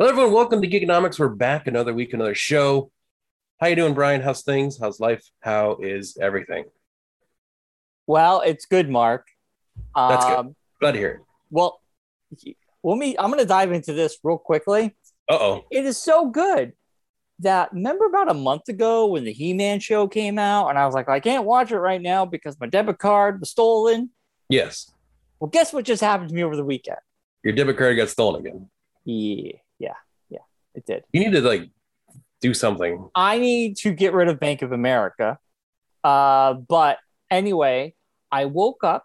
Hello, everyone. Welcome to Geekonomics. We're back another week, another show. How you doing, Brian? How's things? How's life? How is everything? Well, it's good, Mark. Um, That's good. Glad to hear it. Well, let me. I'm going to dive into this real quickly. Uh oh. It is so good that remember about a month ago when the He-Man show came out, and I was like, I can't watch it right now because my debit card was stolen. Yes, Well, guess what just happened to me over the weekend? your debit card got stolen again. Yeah, yeah, yeah. It did. You need to like do something. I need to get rid of Bank of America. Uh, but anyway, I woke up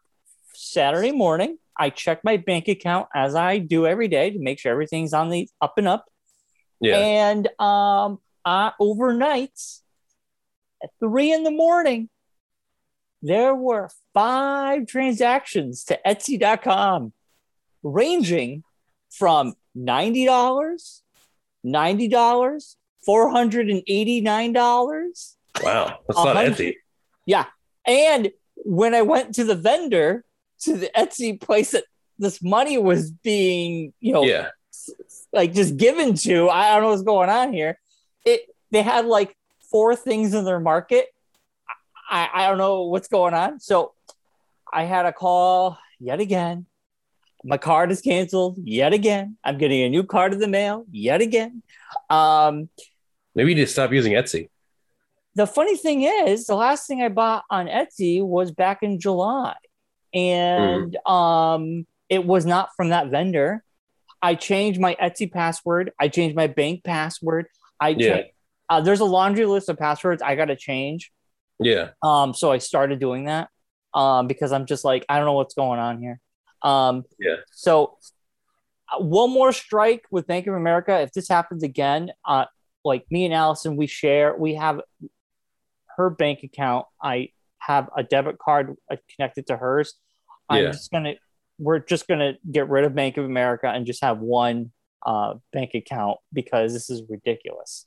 Saturday morning. I checked my bank account as I do every day to make sure everything's on the up and up. Yeah. And um, uh, overnight, at three in the morning, there were five transactions to Etsy.com, ranging from ninety dollars, ninety dollars, four hundred and eighty-nine dollars. Wow. That's not Etsy. 100 And when I went to the vendor to the Etsy place that this money was being, you know, Yeah. like just given to. I don't know what's going on here. It they had like four things in their market. I, I don't know what's going on. So I had a call yet again. My card is canceled yet again. I'm getting a new card in the mail yet again. Um, Maybe you need to stop using Etsy. the funny thing is, the last thing I bought on Etsy was back in July, and um, it was not from that vendor. I changed my Etsy password. I changed my bank password. I Yeah. cha- uh, there's a laundry list of passwords I got to change. Yeah. Um, so I started doing that um, because I'm just like, I don't know what's going on here. Um, Yeah. So uh, one more strike with Bank of America. If this happens again, uh, like me and Allison, we share, we have her bank account. I have a debit card uh, connected to hers. I'm Yeah. just gonna, we're just gonna get rid of Bank of America and just have one uh, bank account because this is ridiculous.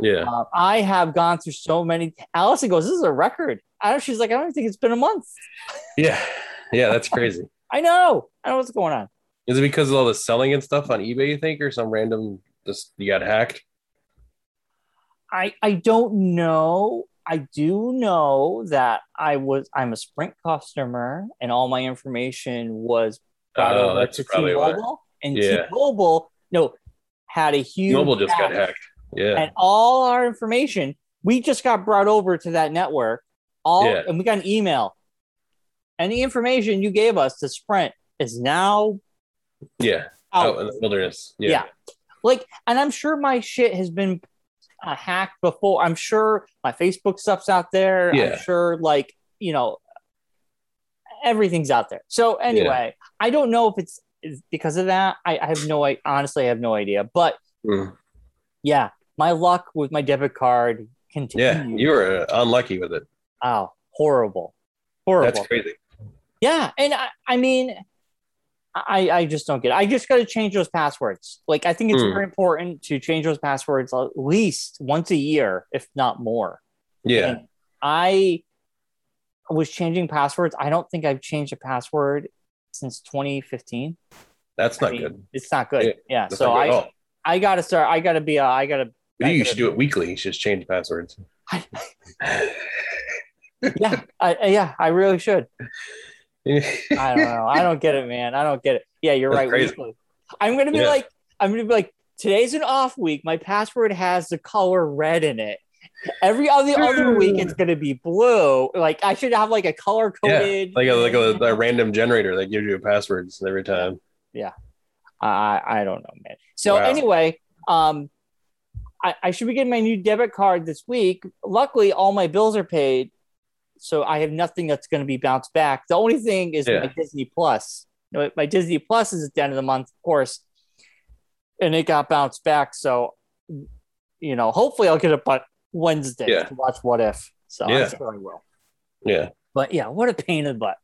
Yeah. Uh, I have gone through so many. Allison goes, "This is a record." I don't. She's like, "I don't think it's been a month." Yeah. Yeah. That's crazy. I know. I know what's going on. Is it because of all the selling and stuff on eBay, you think, or some random just you got hacked? I I don't know. I do know that I was I'm a Sprint customer, and all my information was brought Oh, over that's to probably why. T-Mobile, and Yeah. T-Mobile no had a huge Mobile just got hack. hacked. Yeah. and all our information we just got brought over to that network all Yeah. and we got an email and the information you gave us to sprint is now Yeah. out Out in the wilderness. Yeah. Yeah. like and i'm sure my shit has been uh, hacked before i'm sure my facebook stuff's out there Yeah. i'm sure like you know everything's out there so anyway i don't know if it's it's because of that i, I have no i honestly I have no idea but Mm. yeah my luck with my debit card continues Yeah. You were uh, unlucky with it. Oh, horrible. Horrible. That's crazy. yeah. And I, I mean, I, I just don't get it. I just got to change those passwords. Like, I think it's Hmm. very important to change those passwords at least once a year, if not more. Yeah. And I was changing passwords. I don't think I've changed a password since 2015. That's I not mean, good. It's not good. Yeah. Yeah. That's not so good at I, all. I got to start. I got to be, uh, I got to, Maybe you should do it weekly. You should just change passwords. yeah, I, yeah, I really should. yeah. I don't know. I don't get it, man. I don't get it. Yeah, you're That's right. crazy. weekly. I'm gonna be Yeah. like, I'm gonna be like, today's an off week. My password has the color red in it. Every other other week, it's gonna be blue. Like I should have like a color coded. Like a like a, a random generator that gives you passwords every time. I I don't know, man. So Wow. anyway, um, I, I should be getting my new debit card this week. Luckily, all my bills are paid. So I have nothing that's going to be bounced back. The only thing is Yeah. my Disney Plus. You know, My Disney Plus is at the end of the month, of course. And it got bounced back. So, you know, hopefully I'll get it by Wednesday Yeah. to watch What If. So Yeah. I'm sure I will. Yeah, But yeah, what a pain in the butt.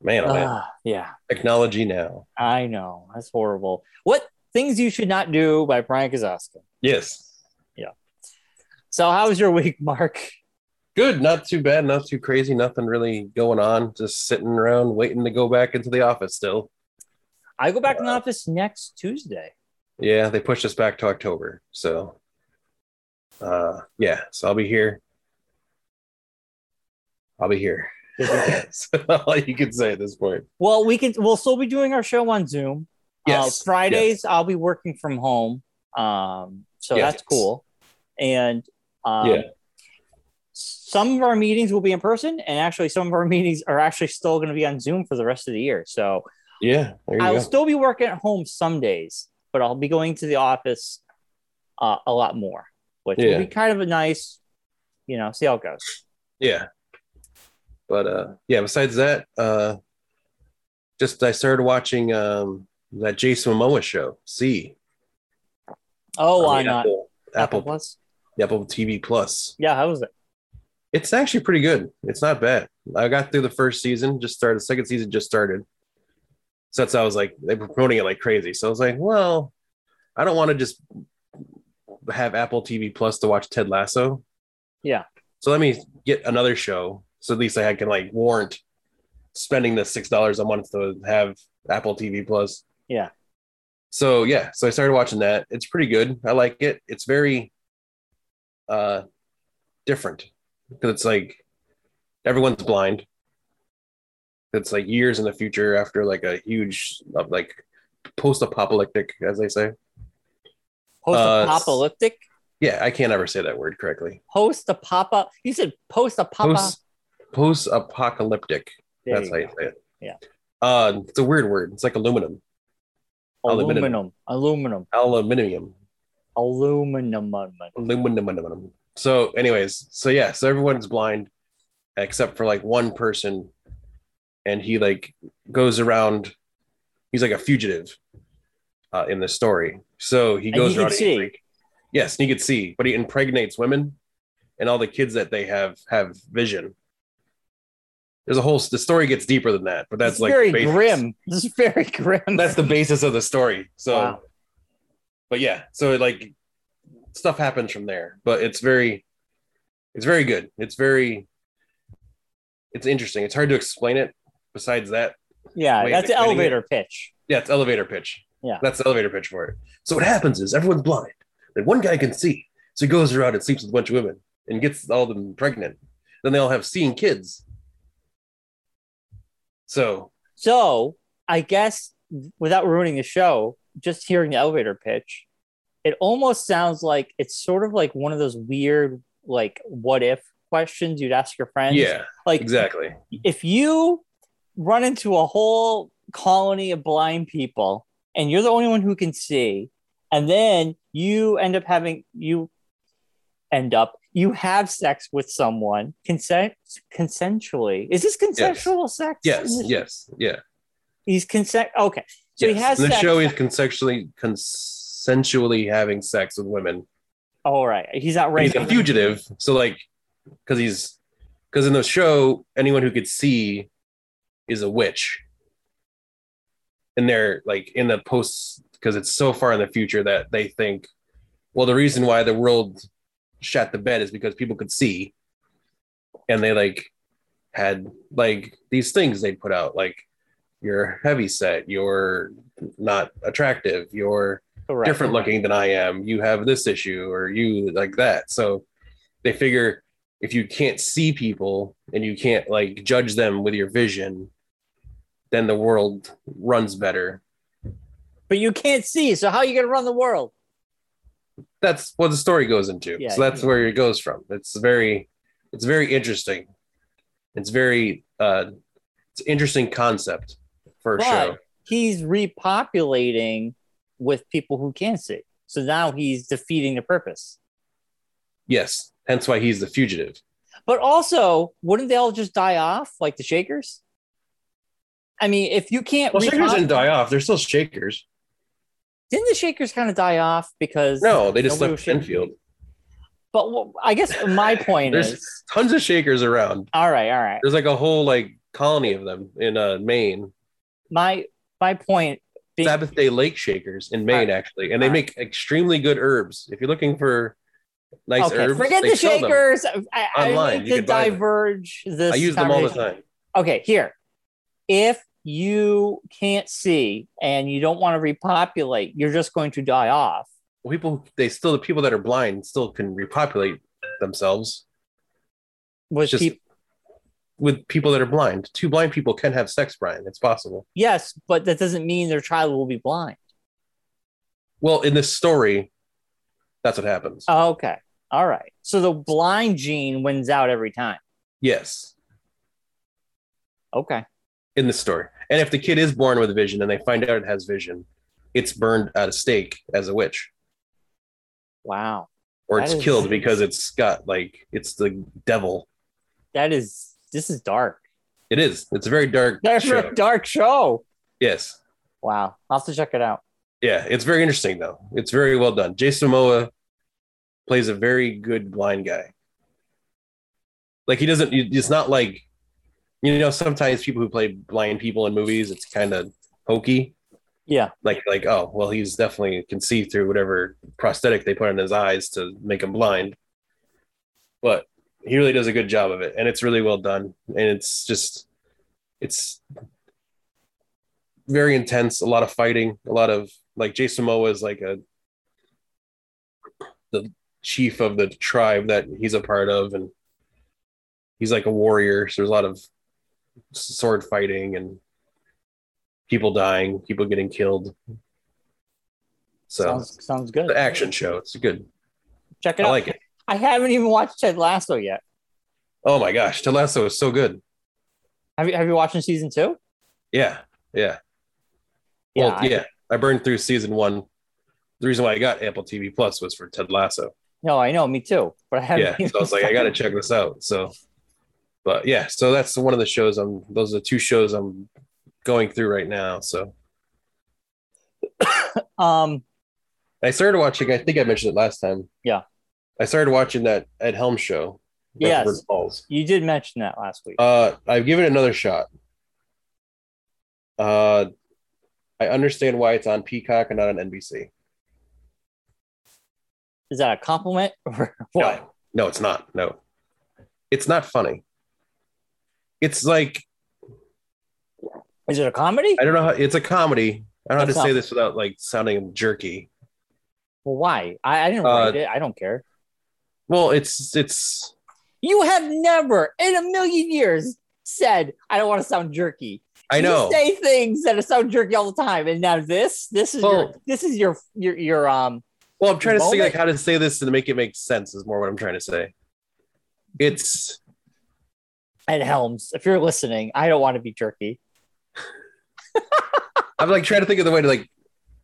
man, oh, man. Ah, yeah, technology now. I know. That's horrible. What Things You Should Not Do by Brian Kazaska. Yes, So, how was your week, Mark? good. Not too bad. Not too crazy. Nothing really going on. Just sitting around waiting to go back into the office. Still, I go back Uh, in the office next Tuesday. yeah, they pushed us back to October. So, uh, yeah, so I'll be here. I'll be here. That's all you can say at this point. Well, we can. We'll still be doing our show on Zoom. Yes, Uh, Fridays, I'll be working from home. Um, so Yes. that's cool. And um, Yeah. some of our meetings will be in person, and actually, some of our meetings are actually still going to be on Zoom for the rest of the year. So Yeah, there you I will go. still be working at home some days, but I'll be going to the office uh, a lot more, which Yeah. will be kind of a nice, you know, see how it goes. yeah but uh yeah besides that uh just i started watching um that jason momoa show c Oh, on on apple uh, Apple apple, Plus. apple tv plus Yeah, how was it? it's actually pretty good it's not bad i got through the first season just started the second season just started so that's how i was like they were promoting it like crazy so i was like well i don't want to just have apple tv plus to watch ted lasso Yeah. so let me get another show so at least i can like warrant spending the six dollars a month to have apple tv plus Yeah. so yeah so i started watching that it's pretty good i like it it's very uh different because it's like everyone's blind it's like years in the future after like a huge uh, like post-apocalyptic as they say Uh, Post-apocalyptic. yeah i can't ever say that word correctly post a pop up. You said post a pop up. post post-apocalyptic There that's you how you go. say it Yeah. uh it's a weird word it's like aluminum Aluminum, aluminum, aluminium aluminum, aluminum so anyways so yeah so everyone's blind except for like one person and he like goes around he's like a fugitive uh, in this story so he And goes he can around and he's, see. like- yes and he could see but he impregnates women and all the kids that they have have vision there's a whole the story gets deeper than that but that's That's like very basic- grim. This is very grim. that's the basis of the story. So, Wow. but yeah, so like stuff happens from there, but it's very, it's very good. It's very, it's interesting. It's hard to explain it. Besides that, yeah, way of that's the explaining elevator pitch. yeah, it's elevator pitch. Yeah. that's the elevator pitch for it. So what happens is everyone's blind, and one guy can see. So he goes around and sleeps with a bunch of women and gets all of them pregnant. Then they all have seeing kids. So So I guess without ruining the show, just hearing the elevator pitch, it almost sounds like it's sort of like one of those weird, like what if questions you'd ask your friends. yeah, like exactly. if you run into a whole colony of blind people and you're the only one who can see and then you end up having you end up you have sex with someone consent consensually is this consensual sex Yes, yes, yeah. he's consent okay so he has and the sex. show is consensually consensually having sex with women. all right he's not But He's a raping fugitive, so like because he's because in the show, anyone who could see is a witch, and they're like in the post because it's so far in the future that they think, well, the reason why the world shot the bed is because people could see, and they like had like these things they put out like you're heavy set, you're not attractive, you're Correct. different looking than I am. You have this issue or you like that. So they figure if you can't see people and you can't like judge them with your vision, then the world runs better. but you can't see so how are you going to run the world That's what the story goes into. Yeah, so that's yeah. where it goes from. It's very, it's very interesting. It's very, uh, it's an interesting concept for a But show. he's repopulating with people who can see So now he's defeating the purpose. Yes, hence why he's the fugitive. But also, wouldn't they all just die off like the Shakers? I mean, if you can't, Well, Shakers repop- didn't die off. They're still Shakers. Didn't the Shakers kind of die off because? No, they just left Nobody was Shaker. Enfield. But well, I guess my point There's- is, Tons of Shakers around. all right, all right. There's like a whole like colony of them in uh, Maine. My my point being, Sabbath Day Lake Shakers in Maine, actually, and they make extremely good herbs. If you're looking for nice okay, herbs, forget they the sell them. Shakers. I, I Online, need you to can buy them. diverge this. I use them all the conversation. time. okay, here. If you can't see and you don't want to repopulate, you're just going to die off. People, they still the people that are blind still can repopulate themselves With It's just- people, with people that are blind. Two blind people can have sex, Brian. It's possible. yes, but that doesn't mean their child will be blind. Well, in this story, that's what happens. Oh, okay, all right. So the blind gene wins out every time. yes, Okay, in this story. And if the kid is born with vision and they find out it has vision, it's burned at a stake as a witch. wow, or That it's is- killed because it's got like it's the devil. that is this is dark. It is. It's a very dark. That's show. a dark show. Yes. Wow, I'll have to check it out. Yeah. It's very interesting though. It's very well done. Jason Momoa plays a very good blind guy. Like he doesn't. It's not like you know. Sometimes people who play blind people in movies, it's kind of hokey. Yeah, Like like oh well, he's definitely can see through whatever prosthetic they put on his eyes to make him blind. But he really does a good job of it and it's really well done and it's just it's very intense a lot of fighting a lot of like jason moa is like a the chief of the tribe that he's a part of and he's like a warrior so there's a lot of sword fighting and people dying people getting killed so sounds sounds good. the action show it's good Check it i out. like it I haven't even watched Ted Lasso yet. oh my gosh ted lasso is so good Have you Have you watched in season two? Yeah, yeah. well, I- yeah. I burned through season one. The reason why I got Apple TV Plus was for Ted Lasso. No, I know, me too. But I haven't. Yeah, even so I was like, I got to started. check this out. So, but yeah, so that's one of the shows. I'm those are the two shows I'm going through right now. So Um, I started watching. I think I mentioned it last time. Yeah. I started watching that Ed Helms show. Yes. Rutherford Falls. you did mention that last week. Uh, I've given it another shot. Uh, I understand why it's on Peacock and not on NBC. Is that a compliment or what? No, no, it's not. No, it's not funny. It's like Is it a comedy? I don't know how. It's a comedy. I don't know It's how to say not- this without like sounding jerky. Well, why? I, I didn't Uh, write it. I don't care. Well, it's it's You have never in a million years said I don't want to sound jerky. I know You say things that sound jerky all the time, and now this, this is your, Well- this is your your your um. Well, I'm trying to say Moment. like how to say this and make it make sense is more what I'm trying to say. It's Ed Helms, if you're listening, I don't want to be jerky. I'm like trying to think of the way to like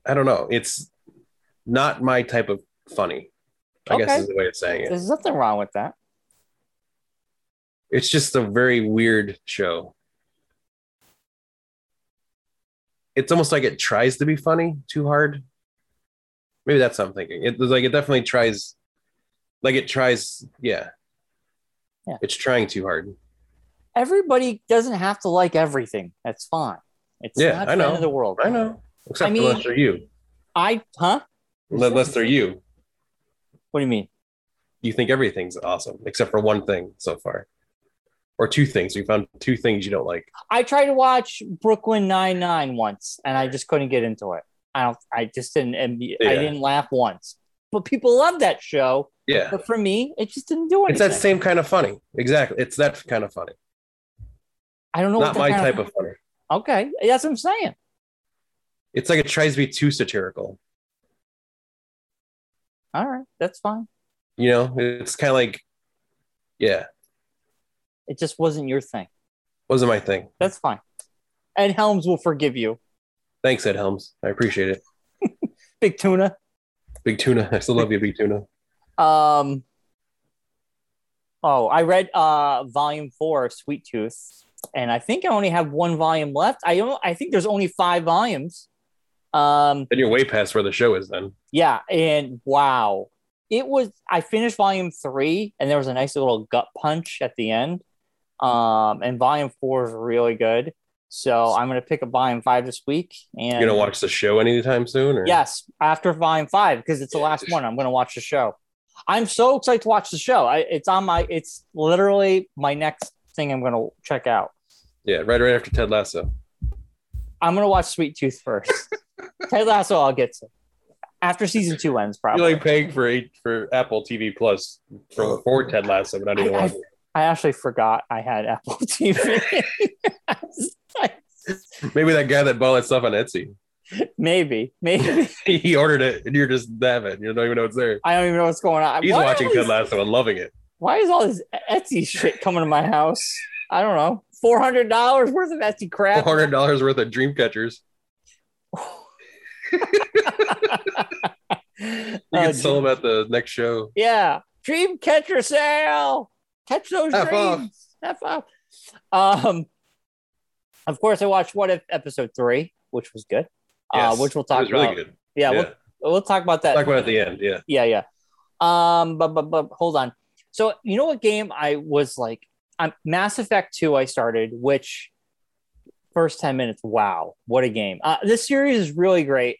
I don't know. It's not my type of funny. I guess Okay. is the way of saying it. There's nothing wrong with that. It's just a very weird show. It's almost like it tries to be funny too hard. Maybe that's what I'm thinking. It, it's like it definitely tries, like it tries, yeah. Yeah. It's trying too hard. Everybody doesn't have to like everything. That's fine. It's Yeah, not I the know. end of the world. I know. Except I mean- unless they're you. I huh? Unless they're you. What do you mean? You think everything's awesome except for one thing so far. Or two things. We found two things you don't like. I tried to watch Brooklyn Nine Nine once, and I just couldn't get into it. I don't. I just didn't. And I Yeah. didn't laugh once. But people love that show. Yeah. But for me, it just didn't do It's anything. that same kind of funny. Exactly. It's that kind of funny. I don't know. Not what my that kind type of funny. Okay, that's what I'm saying. It's like it tries to be too satirical. All right, that's fine. You know, it's kind of like, yeah, It just wasn't your thing. wasn't my thing. That's fine. And Helms will forgive you, Thanks, Ed Helms. I appreciate it. Big Tuna. Big tuna. I still love you, Big Tuna. Um. Oh, I read uh volume four of Sweet Tooth, and I think I only have one volume left. I don't. I think there's only five volumes. Um. Then you're way past where the show is. Then Yeah, and wow, it was. I finished volume three, and there was a nice little gut punch at the end. Um, and volume four is really good. So I'm gonna pick up volume five this week. And you're gonna watch the show anytime soon, or Yes, after Volume Five because it's the last one. I'm going to watch the show. I'm so excited to watch the show. I, it's on my. It's literally my next thing I'm going to check out. yeah, right, right after Ted Lasso. I'm going to watch Sweet Tooth first. Ted Lasso, I'll get to after season two ends. Probably. You're like paying for eight for Apple TV Plus for, for Ted Lasso, but I don't I- even I- watch it. I actually forgot I had Apple TV. Maybe that guy that bought that stuff on Etsy, maybe, maybe he ordered it, and you're just that it. You don't even know it's there. I don't even know what's going on. He's Why are watching all Ted these- Lasso and loving it. why is all this Etsy shit coming to my house? I don't know. Four hundred dollars worth of Etsy Four crap. hundred dollars worth of dream catchers. You You can sell them at the next show. Yeah. Dream catcher sale. Catch those F off. dreams. F off. Um, of course, I watched What If episode three, which was good. Yes. Uh, which we'll It talk was about. really good. Yeah, Yeah. We'll, we'll talk about that. Talk about it at the end. Yeah. yeah, yeah. Um, but, but but hold on. So you know what game I was like? I'm Mass Effect two. I started which first ten minutes. Wow, what a game! Uh, this series is really great.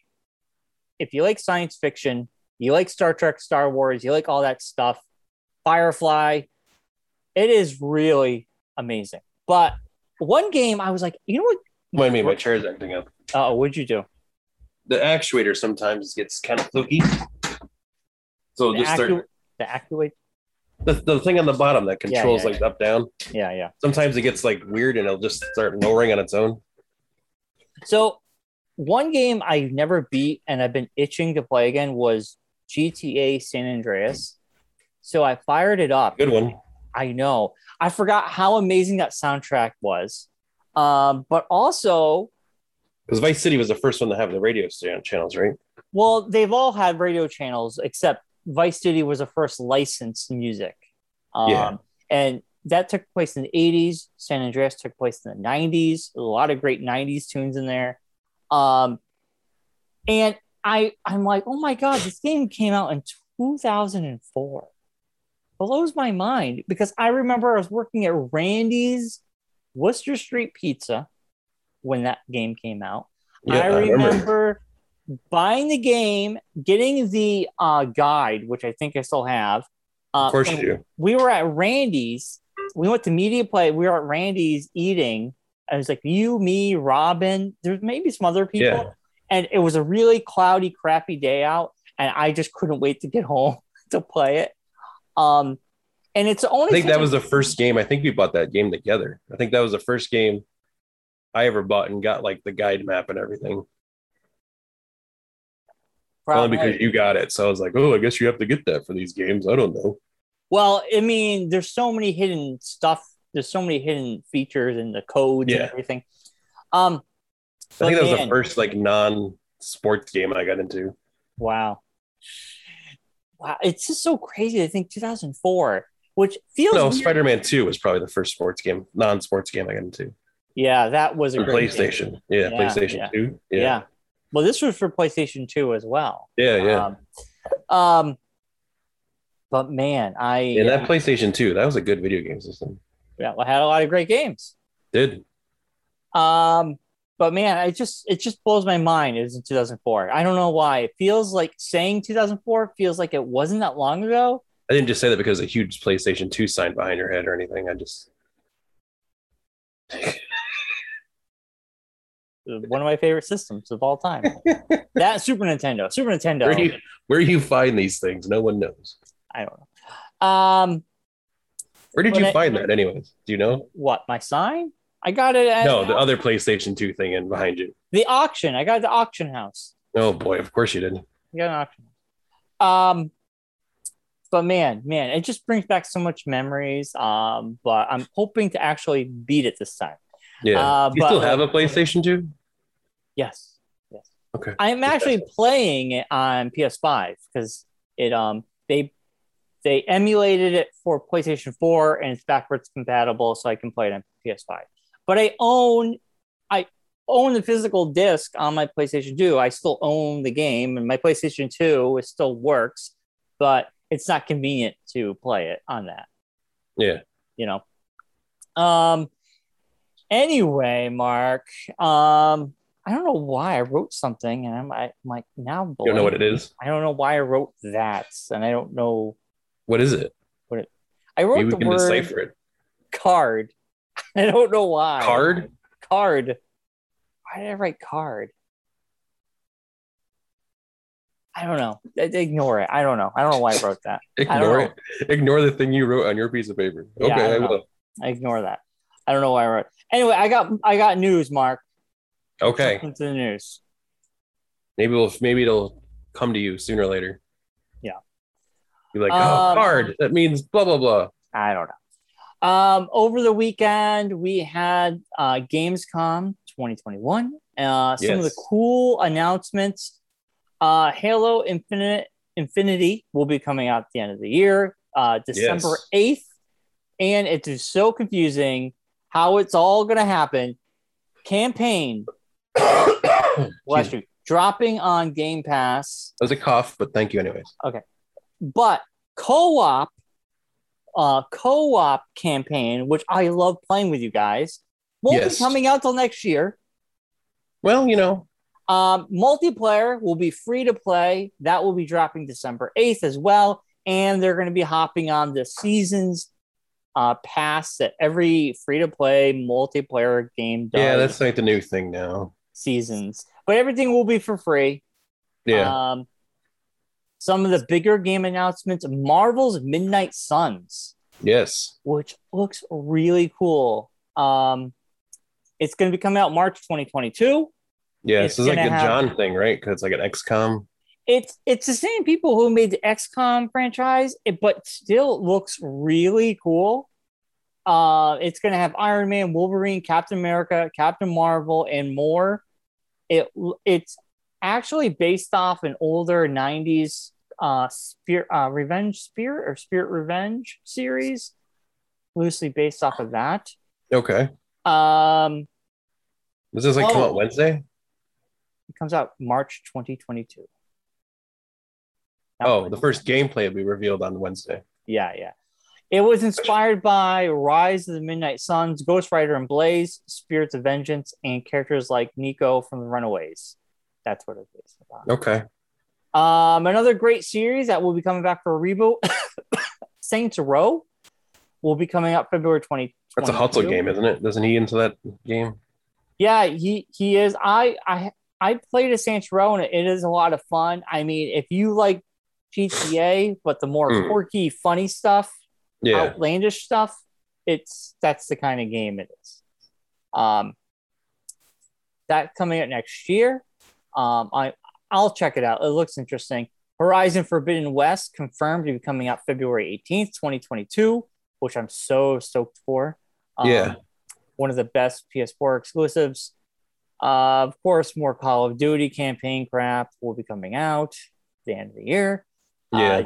If you like science fiction, you like Star Trek, Star Wars, you like all that stuff. Firefly, it is really amazing. But one game I was like, you know what? Wait, me, my chair's acting up. Uh, what'd you do? The actuator sometimes gets kind of fluky. So The just start- actu- the Accuate. the, the thing on the bottom that Yeah, yeah, controls yeah. like up down. Yeah, yeah. Sometimes it gets like weird and it'll just start lowering on its own. So one game I never beat and I've been itching to play again was GTA San Andreas. So I fired it up. Good one. I know. I forgot how amazing that soundtrack was. Um, but also, Because Vice City was the first one to have the radio sta- channels, right? well, they've all had radio channels except Vice City was the first licensed music. Um, Yeah. And that took place in the 80s. San Andreas took place in the 90s. A lot of great 90s tunes in there. Um, and I, I'm like, oh my God, this game came out in 2004. Blows my mind because I remember I was working at Randy's Worcester Street Pizza when that game came out. I remember buying the game, getting the uh, guide, which I think I still have. Uh, Of course and you do. we were at Randy's. We went to Media Play. We were at Randy's eating. I was like, you, me, Robin. There's maybe some other people. Yeah. And it was a really cloudy, crappy day out. And I just couldn't wait to get home to play it. Um, and it's the I only think thing- that was the first game. I think we bought that game together. I think that was the first game I ever bought and got like the guide map and everything. probably- Only because you got it. So I was like, oh, I guess you have to get that for these games. I don't know. Well, I mean, there's so many hidden stuff. There's so many hidden features and the codes Yeah. and everything. Um, I think that was the man, first like non sports game I got into. Wow, wow, it's just so crazy to think 2004, which feels No, weird. Spider Man 2 was probably the first sports game, non sports game I got into. yeah, that was a Or great game. PlayStation. Yeah, Yeah, PlayStation yeah. 2. Yeah. Yeah. well, this was for PlayStation 2 as well. Yeah, yeah. Um, um, but man, I yeah, that PlayStation 2, that was a good video game system. yeah, I had a lot of great games. Did. Um, but man, it just it just blows my mind. It was in 2004. I don't know why. It feels like saying 2004 feels like it wasn't that long ago. I didn't just say that because a huge PlayStation 2 sign behind your head or anything. I just One of my favorite systems of all time. that Super Nintendo, Super where do Nintendo. you where do you find these things? No one knows. I don't know. Um, Where did When you I- find that anyways? Do you know? what my sign? I got it at No, the other PlayStation 2 thing in behind you. the auction. I got it at the auction house. Oh boy, of course you did. You got an option. Um, but man, man, it just brings back so much memories. Um, but I'm hoping to actually beat it this time. Yeah. Uh, Do you but- still have a PlayStation 2? Yes, yes. Okay. I'm actually playing it on PS5 because it um they they emulated it for PlayStation 4 and it's backwards compatible, so I can play it on PS5. But I own I own the physical disc on my PlayStation 2. I still own the game, and my PlayStation 2 it still works, but it's not convenient to play it on that. Yeah. You know. Um. Anyway, Mark. Um. I don't know why I wrote something, and I'm, I, am like now. You don't know what it is? I don't know why I wrote that, and I don't know. What is it? I wrote Maybe we the can word decipher it. card. I don't know why. Card? Card. Why did I write card? I don't know. I- Ignore it. I don't know. I don't know why I wrote that. I don't Ignore it. Ignore the thing you wrote on your piece of paper. Yeah, Okay, I don't I know. will. I ignore that. I don't know why I wrote. Anyway, I got I got news, Mark. Okay. Listen to the news. Maybe we'll maybe it'll come to you sooner or later. Yeah. Be like, Um, oh, card. That means blah blah blah. I don't know. Um, over the weekend, we had uh, Gamescom 2021. Uh, some of the Yes. cool announcements. Uh, Halo Infinite Infinity will be coming out at the end of the year, uh, December Yes. 8th. And it is so confusing how it's all going to happen. Campaign, bless Excuse you, dropping on Game Pass. That was a cough, but thank you anyways. but co-op uh co-op campaign which i love playing with you guys won't Yes. be coming out till next year Well, you know, um multiplayer will be free to play that will be dropping december 8th as well and they're going to be hopping on the seasons uh pass that every free to play multiplayer game does yeah, that's like the new thing now. seasons but everything will be for free Yeah. um some of the bigger game announcements marvel's midnight suns yes. which looks really cool. Um, it's going to be coming out March 2022. Yeah. it's This is like gonna the have- John thing, right? Because it's like an XCOM. It's it's the same people who made the XCOM franchise, it, but still looks really cool. Uh, it's going to have Iron Man, Wolverine, Captain America, Captain Marvel, and more. It it's actually based off an older 90s uh, Spirit uh, Revenge Spirit or Spirit Revenge series, loosely based off of that. Okay. Um, Does this like come Oh. out Wednesday? It comes out March 2022. Not Oh, March. the first gameplay will be revealed on Wednesday. Yeah, yeah. It was inspired by Rise of the Midnight Suns, Ghost Rider and Blaze, Spirits of Vengeance, and characters like Nico from the Runaways. That's what it's based about. Okay. Um, another great series that will be coming back for a reboot, Saints Row, will be coming out February 20. That's a Hutzel game, isn't it? Doesn't he into that game? Yeah, he he is. I I I played a Saints Row and it is a lot of fun. I mean, if you like GTA, but the more Mm. quirky, funny stuff, Yeah. outlandish stuff, it's that's the kind of game it is. Um, that coming out next year. Um, I I'll check it out. It looks interesting. Horizon Forbidden West confirmed to be coming out February 18th, 2022, which I'm so stoked for. Um, Yeah. One of the best PS4 exclusives. Uh, of course, more Call of Duty campaign crap will be coming out at the end of the year. Uh, Yeah.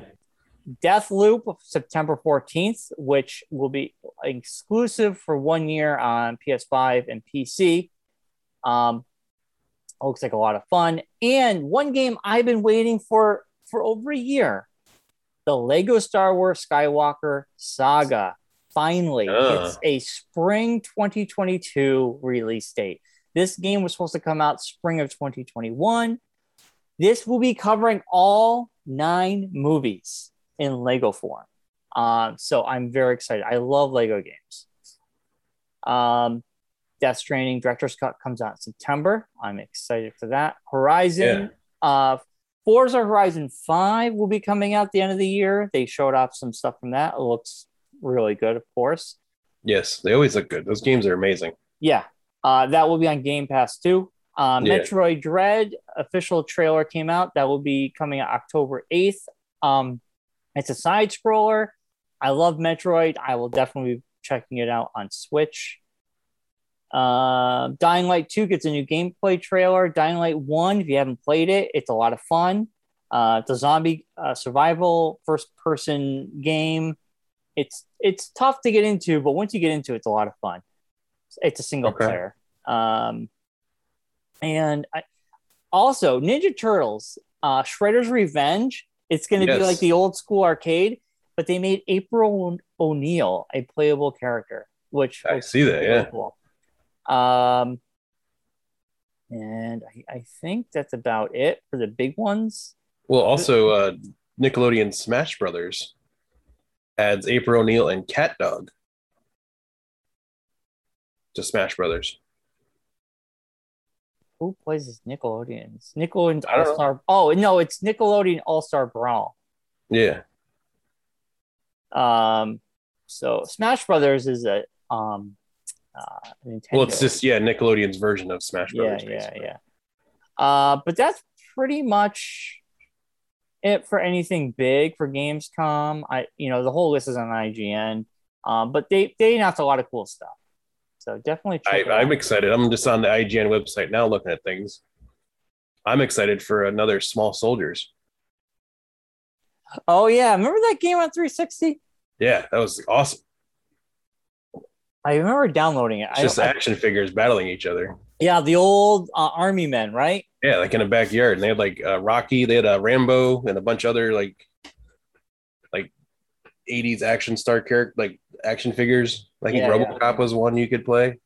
Death Loop September 14th, which will be exclusive for one year on PS5 and PC. Um, looks like a lot of fun. And one game I've been waiting for for over a year the Lego Star Wars Skywalker Saga. Finally, Ah. it's a spring 2022 release date. This game was supposed to come out spring of 2021. This will be covering all nine movies in Lego form. Um, so I'm very excited. I love Lego games. Um, Death Stranding Director's Cut comes out in September. I'm excited for that. Horizon, uh, Forza Horizon 5 will be coming out at the end of the year. They showed off some stuff from that. It looks really good, of course. Yes. They always look good. Those games are amazing. Yeah, uh, that will be on Game Pass too. Uh, Yeah. Metroid Dread official trailer came out. That will be coming out October 8th. Um, it's a side scroller. I love Metroid. I will definitely be checking it out on Switch. Uh, Dying Light 2 gets a new gameplay trailer. Dying Light 1, if you haven't played it, it's a lot of fun. Uh, it's a zombie uh, survival first person game. It's it's tough to get into, but once you get into it, it's a lot of fun. It's a single Okay. player. Um, and I, also, Ninja Turtles, uh, Shredder's Revenge. It's going to be Yes. like the old school arcade, but they made April O'Neil a playable character, which I see that. really Yeah. cool. Um, and I, I think that's about it for the big ones. Well, also uh, Nickelodeon Smash Brothers adds April O'Neil and Cat Dog to Smash Brothers. Who plays as Nickelodeon's Nickelodeon's I don't know. All Star? Oh no, it's Nickelodeon All Star Brawl. Yeah. Um, so Smash Brothers is a um, uh, Nintendo. Well, it's just yeah Nickelodeon's version of Smash yeah, Brothers. yeah, basically. yeah. Uh, but that's pretty much it for anything big for Gamescom. I, you know, the whole list is on IGN, um, but they they announced a lot of cool stuff. So definitely check it I, I'm out. excited. I'm just on the IGN website now looking at things. I'm excited for another Small Soldiers. Oh yeah, remember that game on 360? Yeah, that was awesome. I remember downloading it. It's I just don't- I- action figures battling each other. yeah, the old uh, army men, right? Yeah, like in a backyard, and they had like uh, Rocky, they had uh, Rambo, and a bunch of other like like '80s action star character like action figures. Like Yeah, RoboCop was one you could play.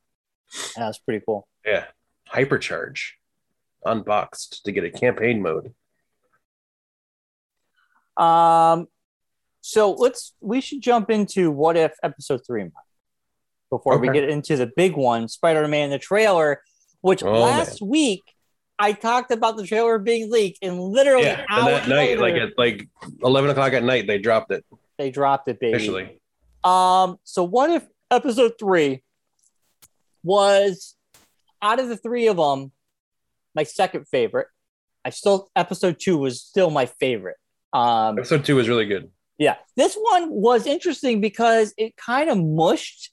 That was pretty cool. Yeah, Hypercharge, unboxed to get a campaign mode. Um, so let's we should jump into what if episode three Mike, before we Okay. get into the big one, Spider Man the trailer, which Oh, last week I talked about the trailer being leaked, and literally yeah, and hours that night, like later, at like 11 o'clock at night, they dropped it they dropped it, baby. officially. Um, so what if episode three was out of the three of them my second favorite? I still episode two was still my favorite. Um, Episode two was really good. Yeah. This one was interesting because it kind of mushed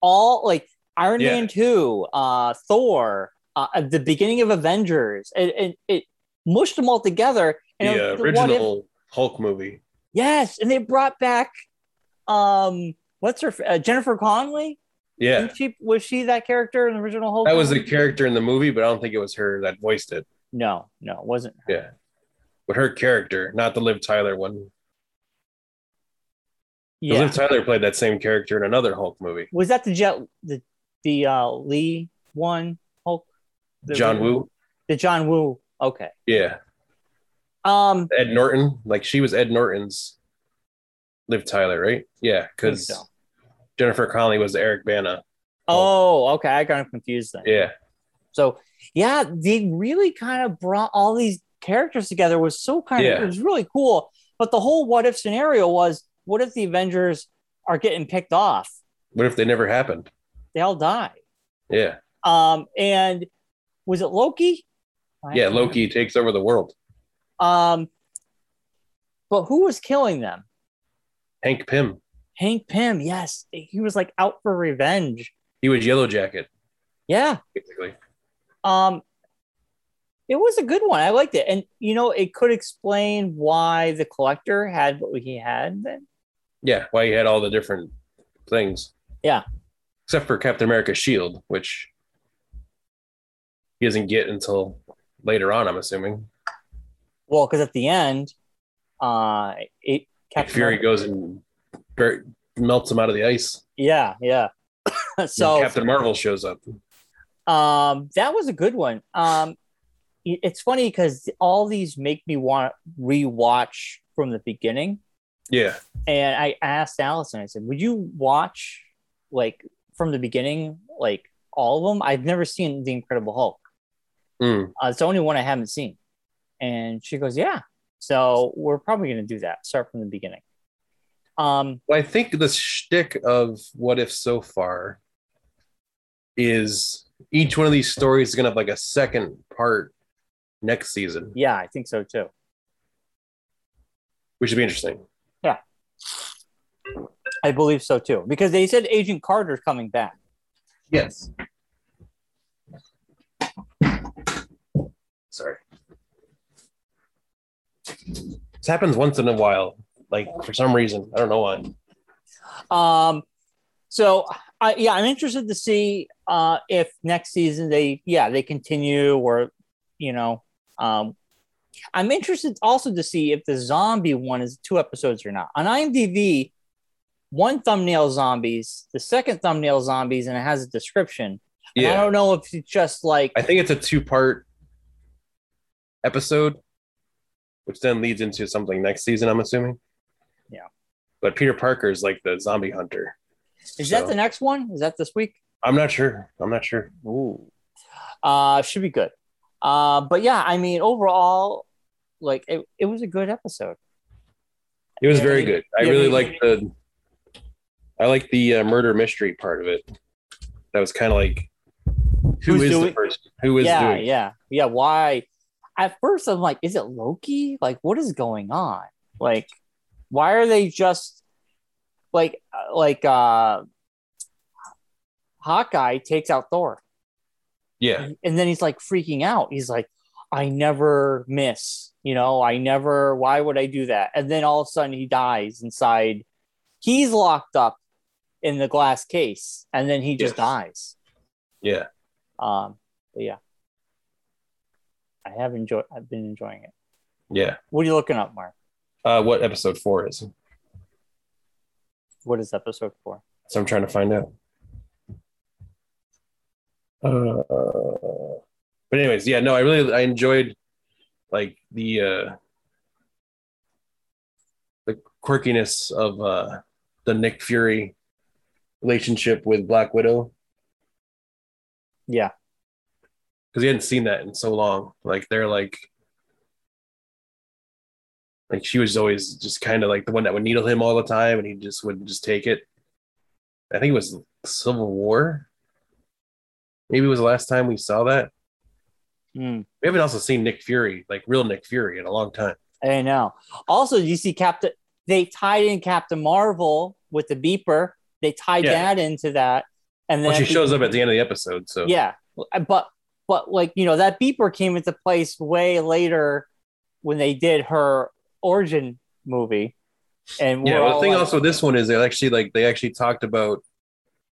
all like Iron Yeah. Man 2, uh, Thor, uh, at the beginning of Avengers. It, it, it mushed them all together. The And it uh, was the what if- original Hulk movie. yes. And they brought back, um, what's her, uh, Jennifer Conley? Yeah, Was, she, was she that character in the original Hulk? that was the movie? character in the movie, but I don't think it was her that voiced it. No, no, it wasn't. her. Yeah. But her character, not the Liv Tyler one. Yeah. Liv Tyler played that same character in another Hulk movie. Was that the jet, the, the uh, Lee one Hulk? The- John Woo. The John Woo. Okay. Yeah. Um, Ed Norton. Like she was Ed Norton's Liv Tyler, right? Yeah. Because so. Jennifer Connelly was Eric Bana. Oh, okay. I got him confused then. Yeah. So yeah, they really kind of brought all these characters together. It was so kind of Yeah. it was really cool. But the whole what if scenario was what if the Avengers are getting picked off? What if they never happened? They all die. Yeah. Um, and was it Loki? Yeah. Loki takes over the world. Um, but who was killing them? Hank Pym. Hank Pym. Yes, he was like out for revenge. He was Yellow Jacket, Yeah. basically. Um, it was a good one. I liked it, and you know, it could explain why the collector had what he had. Then, Yeah. Why he had all the different things. Yeah. Except for Captain America's shield, which he doesn't get until later on, I'm assuming. well, because at the end, uh, it Captain Fury America- goes and bur- melts him out of the ice. Yeah, yeah. So so, Captain Marvel shows up. um, that was a good one. Um, it- it's funny because all these make me want to rewatch from the beginning. Yeah, and I asked Allison, I said, would you watch like from the beginning, like all of them? I've never seen The Incredible Hulk. Mm. Uh, it's the only one I haven't seen. And she goes, yeah. So we're probably going to do that. Start from the beginning. Um, Well, I think the shtick of What If so far is each one of these stories is gonna have like a second part next season, yeah, I think so too. which would be interesting. I believe so too, because they said Agent Carter's coming back. Yes, Sorry. This happens once in a while, like for some reason. I don't know why. Um, so I, yeah, I'm interested to see uh, if next season they yeah they continue or you know um, I'm interested also to see if the zombie one is two episodes or not on IMDb. One thumbnail zombies, the second thumbnail zombies, and it has a description. And I Yeah, don't know if it's just like I think it's a two part episode, which then leads into something next season. I'm assuming. Yeah. But Peter Parker is like the zombie hunter. is so- that the next one? Is that this week? I'm not sure. I'm not sure. Ooh. Uh, should be good. Uh, but yeah, I mean, overall, like it, it was a good episode. It was Yeah, very I- good. I yeah, really me- liked the. I like the uh, murder mystery part of it. That was kind of like, who Who's is the doing- person? Who is yeah, doing? it? yeah, yeah. Why? At first, I'm like, is it Loki? Like, what is going on? Like, why are they just like, uh, like, uh, Hawkeye takes out Thor, Yeah, and then he's like freaking out. He's like, I never miss, you know, I never. Why would I do that? And then all of a sudden, he dies inside. He's locked up in the glass case, and then he just Yes. dies. yeah. Um, but yeah, I have enjoyed. I've been enjoying it. Yeah. What are you looking up, Mark? Uh, what episode four is? What is episode four? So I'm trying to find out. Uh, but anyways, yeah, no, I really I enjoyed like the uh the quirkiness of uh the Nick Fury relationship with Black Widow Yeah, because he hadn't seen that in so long. Like they're like like she was always just kind of like the one that would needle him all the time and he just would just take it. I think it was Civil War. Maybe it was the last time we saw that. Mm, We haven't also seen Nick Fury, like real Nick Fury in a long time. I know. Also, you see Captain. They tied in Captain Marvel with the beeper. They tied Yeah. that into that, and then Well, she at the- shows up at the end of the episode, so Yeah, but but like you know that beeper came into place way later when they did her origin movie, and Yeah, we're well, the all thing like- also with this one is they actually like they actually talked about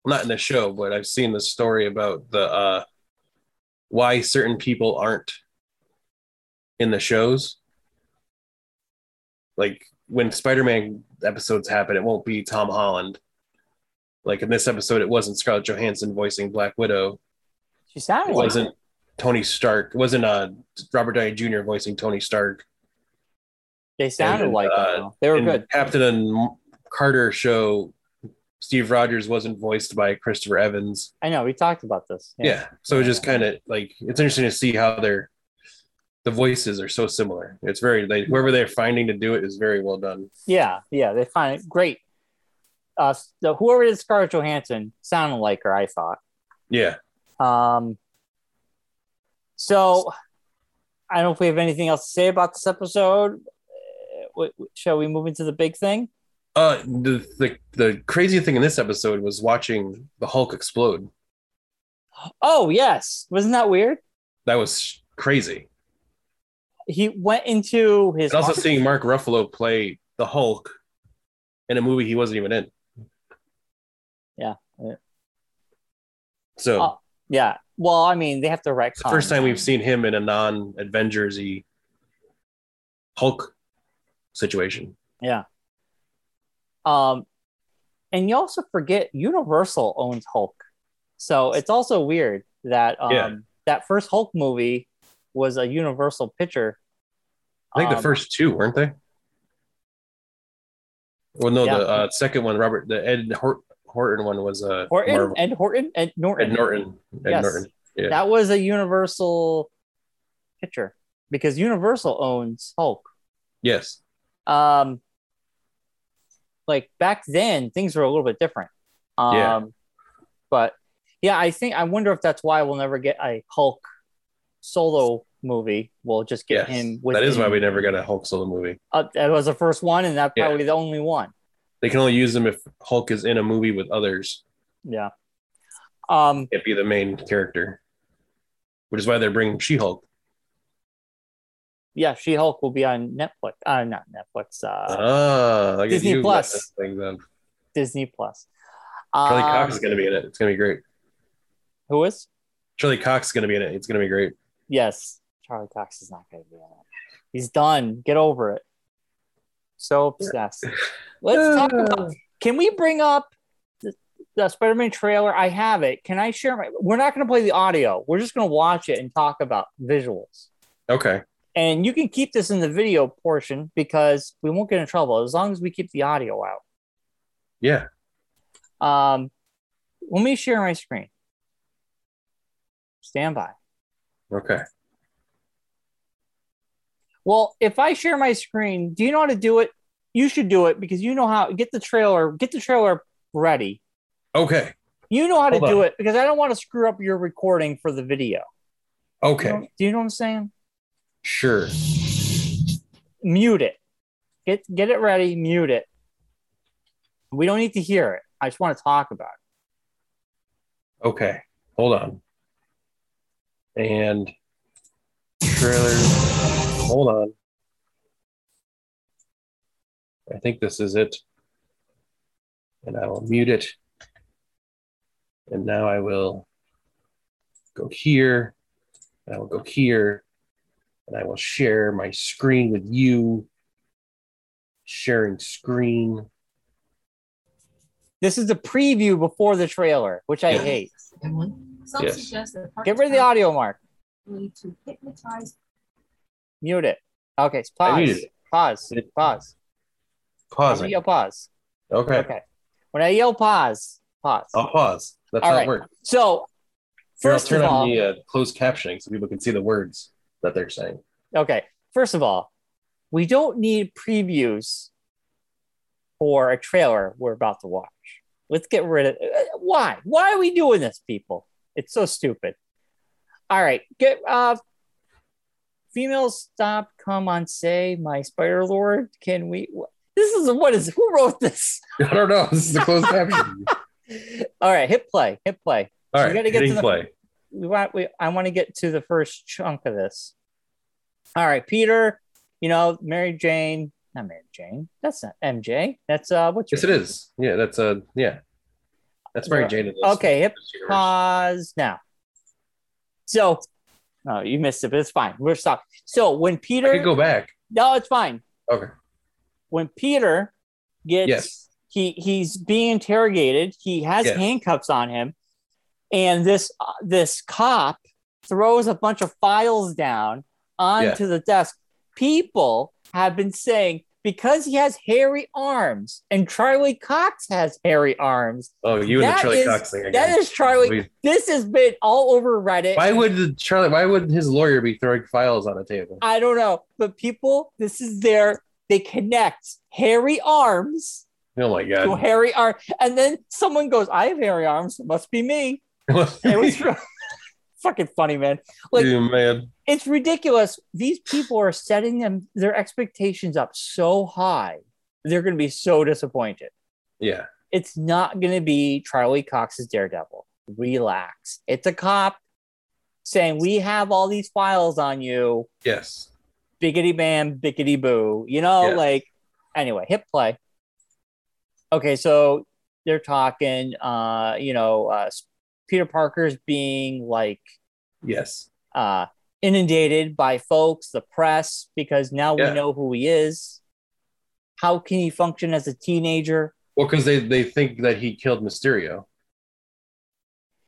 not in the show, but I've seen the story about the uh why certain people aren't in the shows. Like when Spider-Man episodes happen, it won't be Tom Holland. Like in this episode, it wasn't Scarlett Johansson voicing Black Widow. she sounded It like wasn't Tony Stark. It wasn't uh Robert Downey Jr. voicing Tony Stark. they sounded and, like uh, that, though. they were in Oh, good. the Captain and Carter show, Steve Rogers wasn't voiced by Christopher Evans. I know we talked about this. Yeah. So it's just kind of like it's interesting to see how their the voices are so similar. It's very like whoever they're finding to do it is very well done. yeah, yeah. They find it great. Uh, so whoever did Scarlett Johansson sounded like her. I thought. Yeah. Um, so I don't know if we have anything else to say about this episode. Uh, w- w- Shall we move into the big thing? Uh the the, the crazy thing in this episode was watching the Hulk explode. Oh yes, wasn't that weird? That was crazy. He went into his And also seeing Mark Ruffalo play the Hulk in a movie he wasn't even in. Yeah, yeah. So Oh, yeah. Well, I mean, they have to write. It's the first time we've seen him in a non Avengers y Hulk situation. Um, and you also forget Universal owns Hulk, so it's also weird that um, Yeah. that first Hulk movie was a Universal picture. I think Um, the first two weren't they? Well, no, Yeah. the uh, second one, Robert, the Ed Hort- Horton one was uh, Horton Marvel. and Horton and Norton. Ed Norton. Ed Yes. Norton. Yeah. That was a Universal picture because Universal owns Hulk. Yes. Um, like back then, things were a little bit different. Um, Yeah. but yeah, I think I wonder if that's why we'll never get a Hulk solo movie. We'll just Yes. get him. That is why within- we never got a Hulk solo movie. Uh, that was the first one, and that's Yeah. probably the only one. They can only use them if Hulk is in a movie with others. Yeah. Um. It'd be the main character, which is why they're bringing She Hulk. yeah, She Hulk will be on Netflix. Uh, not Netflix. Uh, Ah, look at Disney you Plus. messing Things up. Disney Plus. Charlie Um, Cox is going to be in it. It's going to be great. who is? Charlie Cox is going to be in it. It's going to be great. Yes, Charlie Cox is not going to be on it. He's done. Get over it. So obsessed. Let's talk about. Can we bring up the, the Spider-Man trailer? I have it. Can I share my? We're not going to play the audio. We're just going to watch it and talk about visuals. Okay. And you can keep this in the video portion because we won't get in trouble as long as we keep the audio out. Yeah. Um, let me share my screen. Stand by. Okay. Well, if I share my screen, do you know how to do it? You should do it because you know how. Get the trailer. Get the trailer ready. Okay. You know how to Hold do it because I don't want to screw up your recording for the video. You Okay. know- do you know what I'm saying? Sure. Mute it. Get get it ready. Mute it. We don't need to hear it. I just want to talk about it. Okay. Hold on. And trailer. Hold on. I think this is it. And I will mute it. And now I will go here. And I will go here. And I will share my screen with you. Sharing screen. This is the preview before the trailer, which I Yeah. hate. Some Yes. suggest that Get rid of the audio, Mark. need to hypnotize Mute it. Okay, I pause. muted it. Pause. It- Pause. Pause. I'm gonna it. yell pause. Okay. Okay. When I yell pause, pause. I'll pause. That's All how right. it works. So, Here, first I'll turn of all, on the uh, closed captioning so people can see the words that they're saying. okay. First of all, we don't need previews for a trailer we're about to watch. Let's get rid of uh, why? Why are we doing this, people? It's so stupid. All right, get uh, females stop. Come on, say my Spider Lord. Can we? wh- This is what is who wrote this? I don't know. This is a closed caption. All right, hit play. Hit play. All You right, gotta get hitting to the- play. we want we I want to get to the first chunk of this. All right, Peter, you know, Mary Jane, not Mary Jane. That's not MJ. That's uh what's Yes, it your- is. Yeah, that's uh, yeah, that's Mary Jane. in this- Okay, hip this universe. pause now. So oh you missed it, but it's fine. We're stopped. So when I Peter could go back. No, it's fine. Okay. When Peter gets Yes. he he's being interrogated, he has Yes. handcuffs on him, and this uh, this cop throws a bunch of files down onto the desk. People have been saying because he has hairy arms and Charlie Cox has hairy arms. Oh, you and That the Charlie is- Cox thing. that is Charlie- We- This has been all over Reddit. Why would the Charlie? Why would his lawyer be throwing files on a table? I don't know, but people, this is their they connect hairy arms Oh my to god. hairy arm, and then someone goes, "I have hairy arms. It must be me." It was real- fucking funny, man. like- Dude, man. it's ridiculous. These people are setting them their expectations up so high, they're going to be so disappointed. Yeah. It's not going to be Charlie Cox's Daredevil. Relax. It's a cop saying we have all these files on you. Yes. Biggity bam, biggity boo. You know, Yeah. like anyway, hit play. Okay, so they're talking. Uh, you know, uh, Peter Parker's being like Yes. uh, inundated by folks, the press, because now Yeah. we know who he is. How can he function as a teenager? Well, because they they think that he killed Mysterio.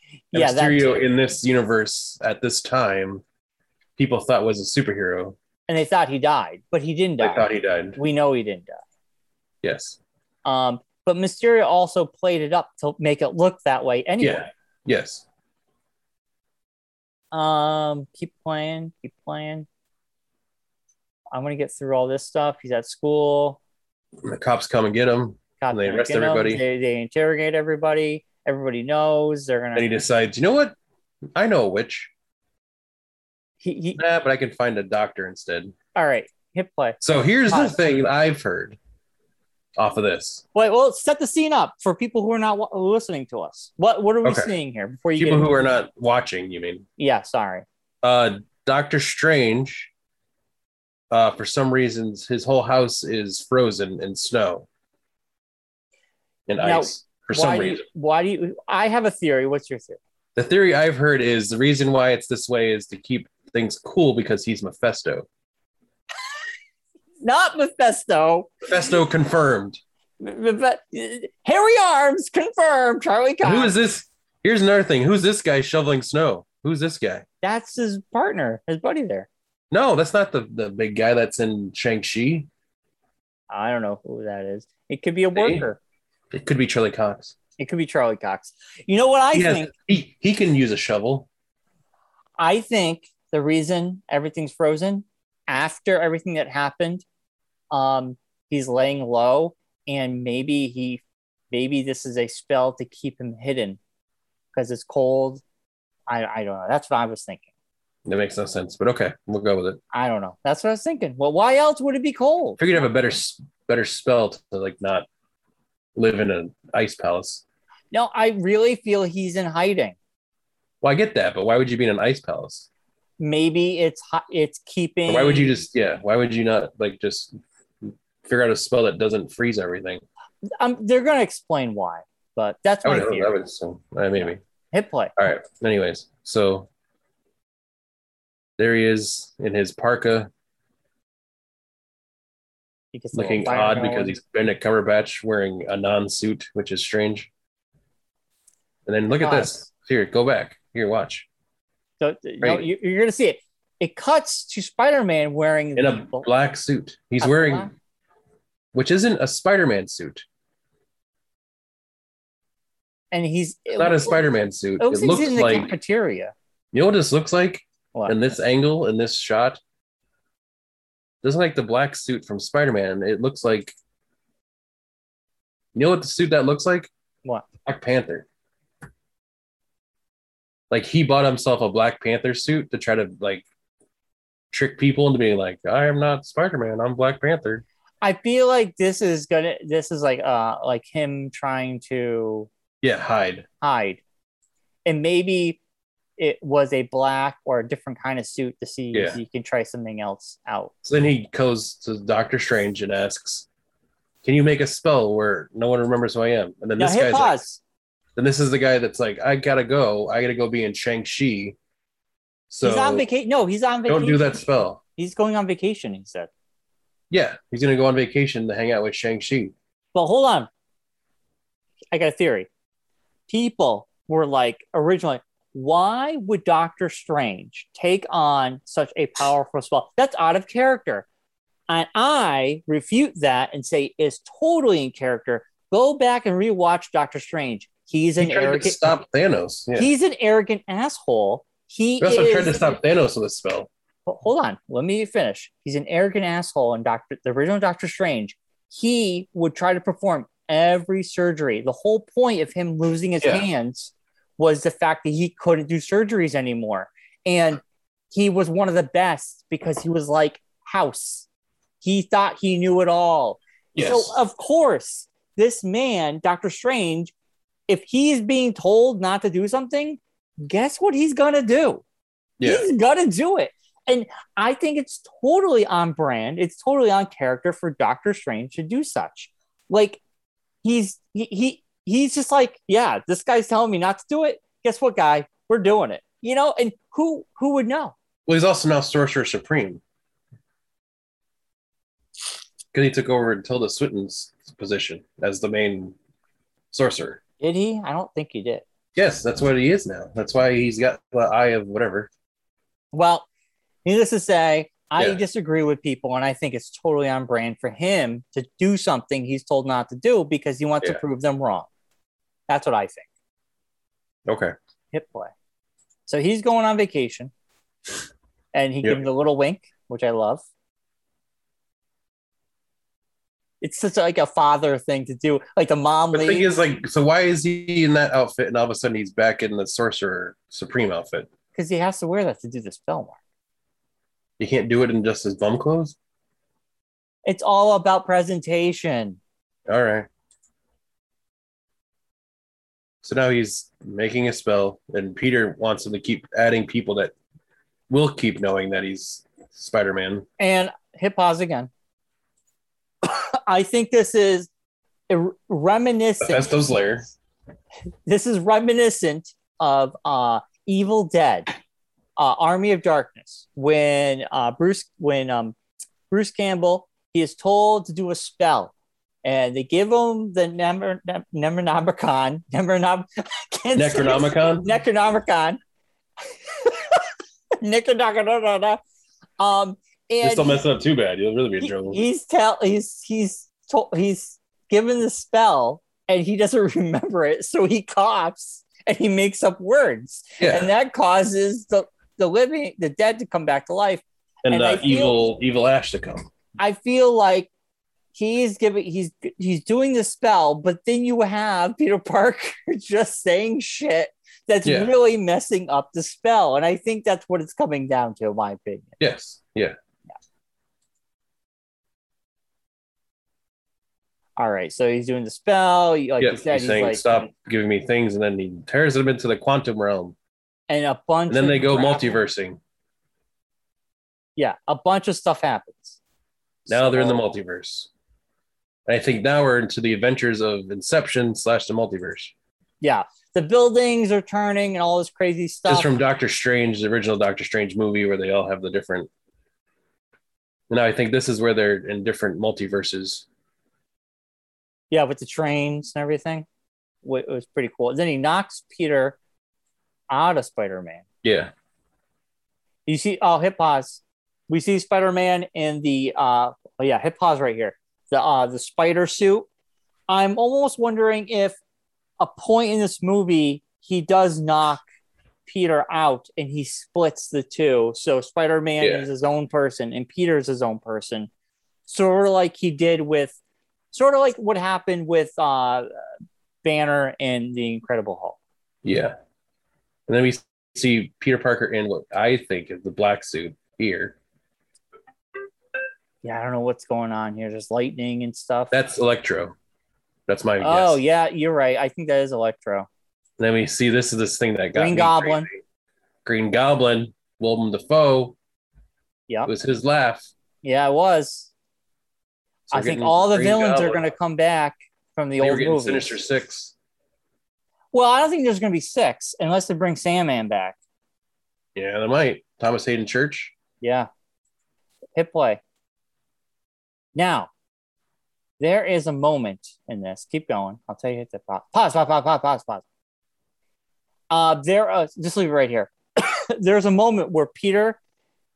And yeah, that, Mysterio in this universe at this time, people thought was a superhero. and they thought he died, but he didn't They die. thought he died. we know he didn't die. Yes. Um, but Mysterio also played it up to make it look that way anyway. Yeah. Yes. Um, keep playing, keep playing. I'm gonna get through all this stuff. He's at school. And the cops come and get him, Cop And they gonna arrest get him. everybody. They, they interrogate everybody. Everybody knows they're gonna. and he decides, you know what? I know a witch. he, he, Nah, but I can find a doctor instead. all right, hit play. So here's the Pause. thing I've heard off of this. Wait, well, set the scene up for people who are not wa- listening to us. What what are we Okay. seeing here before you People get? who are not watching, you mean? yeah, sorry. Uh, Doctor Strange uh, for some reasons, his whole house is frozen in snow and Now, ice for why some do you- reason. why do you? I have a theory. What's your theory? The theory I've heard is the reason why it's this way is to keep things cool because he's Mephisto. Not Mephisto. Mephisto confirmed. M- Meph- Harry Arms confirmed. Charlie Cox. Who is this? Here's another thing. Who's this guy shoveling snow? Who's this guy? That's his partner, his buddy there. No, that's not the, the big guy that's in Shang-Chi. I don't know who that is. It could be a worker. It could be Charlie Cox. It could be Charlie Cox. You know what I He has- think? He, he can use a shovel. I think the reason everything's frozen after everything that happened, um, he's laying low, and maybe he, maybe this is a spell to keep him hidden because it's cold. I, I don't know. That's what I was thinking. That makes no sense, but okay, we'll go with it. I don't know. That's what I was thinking. Well, why else would it be cold? Figured I'd have a better s- better spell to like not live in an ice palace. No, I really feel he's in hiding. Well, I get that, but why would you be in an ice palace? Maybe it's hot, it's keeping. Or why would you just yeah? Why would you not like just figure out a spell that doesn't freeze everything? Um, they're gonna explain why, but that's I my would, I theory. would assume. Uh, maybe. Hit play. All right. Anyways, so there he is in his parka, He gets a little looking fire odd going. because he's Benedict Cumberbatch wearing a non-suit, which is strange. And then look at this. Here, go back. Here, watch. So, no, Right. you, you're going to see it. It cuts to Spider-Man wearing In a the bl- black suit. He's A wearing, black- which isn't a Spider-Man suit. and he's It's not a Spider-Man suit. It looks It like looks he's in the like cafeteria. you know what this looks like What? in this angle in this shot. Doesn't like the black suit from Spider-Man. It looks like. You know what the suit that looks like? What? Black Panther. Like he bought himself a Black Panther suit to try to like trick people into being like, I am not Spider Man, I'm Black Panther. I feel like this is gonna. This is like uh like him trying to Yeah, hide. hide, and maybe it was a black or a different kind of suit to see if Yeah. you can try something else out. So then he goes to Doctor Strange and asks, Can you make a spell where no one remembers who I am? And then now this hit guy's like, pause. then this is the guy that's like, I gotta go, I gotta go be in Shang-Chi. So he's on vacation. No, he's on vacation. don't do that spell. He's going on vacation. He said. Yeah, he's gonna go on vacation to hang out with Shang-Chi. But hold on. I got a theory. People were like originally, why would Doctor Strange take on such a powerful spell? That's out of character. And I refute that and say it's totally in character. Go back and rewatch Doctor Strange. He's He an tried to arrogant stop Thanos. Yeah. he's an arrogant asshole. He He also is, tried to stop Thanos with a spell. Ho- hold on, let me finish. He's an arrogant asshole in Doctor the original Doctor Strange. He would try to perform every surgery. The whole point of him losing his Yeah. hands was the fact that he couldn't do surgeries anymore. And he was one of the best because he was like House. He thought he knew it all. Yes. So uh, of course, this man, Doctor Strange, if he's being told not to do something, guess what he's gonna do? yeah. He's gonna do it. And I think it's totally on brand. It's totally on character for Doctor Strange to do such. Like he's he, he he's just like, yeah, this guy's telling me not to do it. Guess what, guy? We're doing it. You know, and who who would know? Well, he's also now Sorcerer Supreme. Because he took over Tilda Swinton's position as the main sorcerer. Did he? I don't think he did. Yes, that's what he is now. That's why he's got the eye of whatever. Well, needless to say, I Yeah. disagree with people, and I think it's totally on brand for him to do something he's told not to do because he wants Yeah. to prove them wrong. That's what I think. Okay. hit play. So he's going on vacation and he Yep. gives a little wink, which I love. It's such like a father thing to do. Like the mom The thing leaves is, like, so why is he in that outfit and all of a sudden he's back in the Sorcerer Supreme outfit? because he has to wear that to do the spell mark. You can't do it in just his bum clothes? It's all about presentation. All right. So now he's making a spell, and Peter wants him to keep adding people that will keep knowing that he's Spider Man. And hit pause again. I think this is er- reminiscent. Befesto's lair. This is reminiscent of uh, Evil Dead, uh, Army of Darkness, when uh, Bruce when um, Bruce Campbell he is told to do a spell, and they give him the Nemer, Nem- Necronomicon, Nemernom- I can't say it. Necronomicon. Necronomicon. Necronomicon. Um, Just and don't mess it up too bad. You'll really be in he- trouble. he's tell he's he's told he's given the spell and he doesn't remember it, so he coughs and he makes up words, yeah. and that causes the the living the dead to come back to life. and, And I uh, feel- evil evil ash to come. I feel like he's giving he's he's doing the spell, but then you have Peter Parker just saying shit that's Yeah. really messing up the spell. And I think that's what it's coming down to, in my opinion. Yes. Yeah. All right, so he's doing the spell, you- like yeah. you said, He's he's, saying like stop giving me things, and then he tears them into the quantum realm, and a bunch and then of they go crap- multiversing. Yeah, a bunch of stuff happens. Now they're in the So- multiverse. And I think now we're into the adventures of Inception slash the multiverse. yeah. The buildings are turning and all this crazy stuff. Just from Doctor Strange, the original Doctor Strange movie, where they all have the different. And I think this is where they're in different multiverses. yeah, with the trains and everything. Wa- It was pretty cool. Then he knocks Peter out of Spider Man. Yeah. You see, oh, hit pause. We see Spider Man in the, uh, oh yeah, hit pause right here. The uh, the spider suit. I'm almost wondering if a point in this movie he does knock Peter out and he splits the two. So Spider Man Yeah. is his own person and Peter is his own person, sort of like he did with, sort of like what happened with uh, Banner and the Incredible Hulk. Yeah. And then we see Peter Parker in what I think is the black suit here. Yeah, I don't know what's going on here. There's lightning and stuff. That's Electro. That's my Oh guess. yeah, you're right. I think that is Electro. And then we see this is this thing that got Green me Goblin. crazy. Green Goblin, Willem Dafoe. Yep. It was his laugh. Yeah, it was. So I we're think getting all the Green villains Goblin. are going to come back from the They were old getting movie. Sinister Six. Well, I don't think there's going to be six unless they bring Sandman back. Yeah, they might. Thomas Hayden Church. Yeah. Hit play. Now, there is a moment in this. Keep going. I'll tell you hit the pause. Pause, pause, pause, pause, pause, pause. Uh, there, uh, just leave it right here. there's a moment where Peter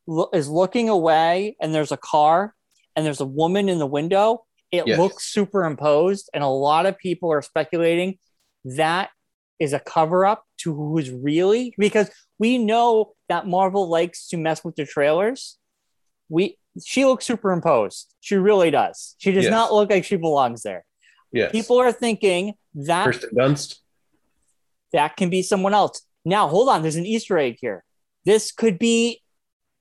lo- is looking away and there's a car and there's a woman in the window. It Yes. looks superimposed, and a lot of people are speculating that is a cover up to who's really because we know that Marvel likes to mess with the trailers. We she looks superimposed. She really does. She does Yes. not look like she belongs there. Yes. People are thinking that Kirsten Dunst. that can be someone else. Now, hold on. There's an Easter egg here. This could be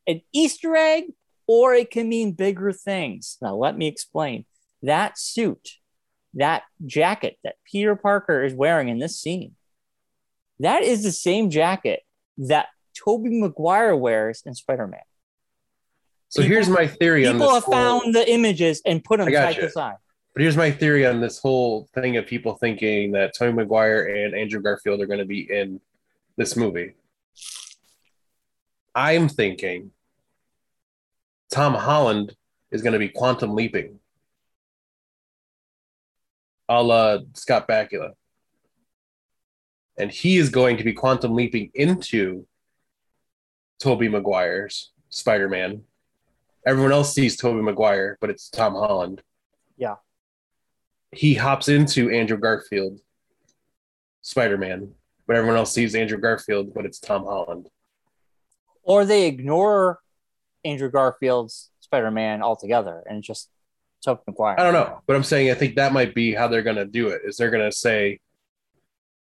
an Easter egg, or it can mean bigger things. Now, let me explain. That suit, that jacket that Peter Parker is wearing in this scene, that is the same jacket that Toby Maguire wears in Spider Man. So People- here's my theory on this. People have whole- found the images and put them I got side you. to side. But here's my theory on this whole thing of people thinking that Tony Maguire and Andrew Garfield are going to be in this movie. I'm thinking Tom Holland is going to be quantum leaping, a la Scott Bakula. And he is going to be quantum leaping into Toby Maguire's Spider Man. Everyone else sees Toby Maguire, but it's Tom Holland he hops into Andrew Garfield, Spider Man, but everyone else sees Andrew Garfield, but it's Tom Holland. Or they ignore Andrew Garfield's Spider Man altogether and just Toby Maguire. I don't know, but I'm saying I think that might be how they're gonna do it. Is they're gonna say,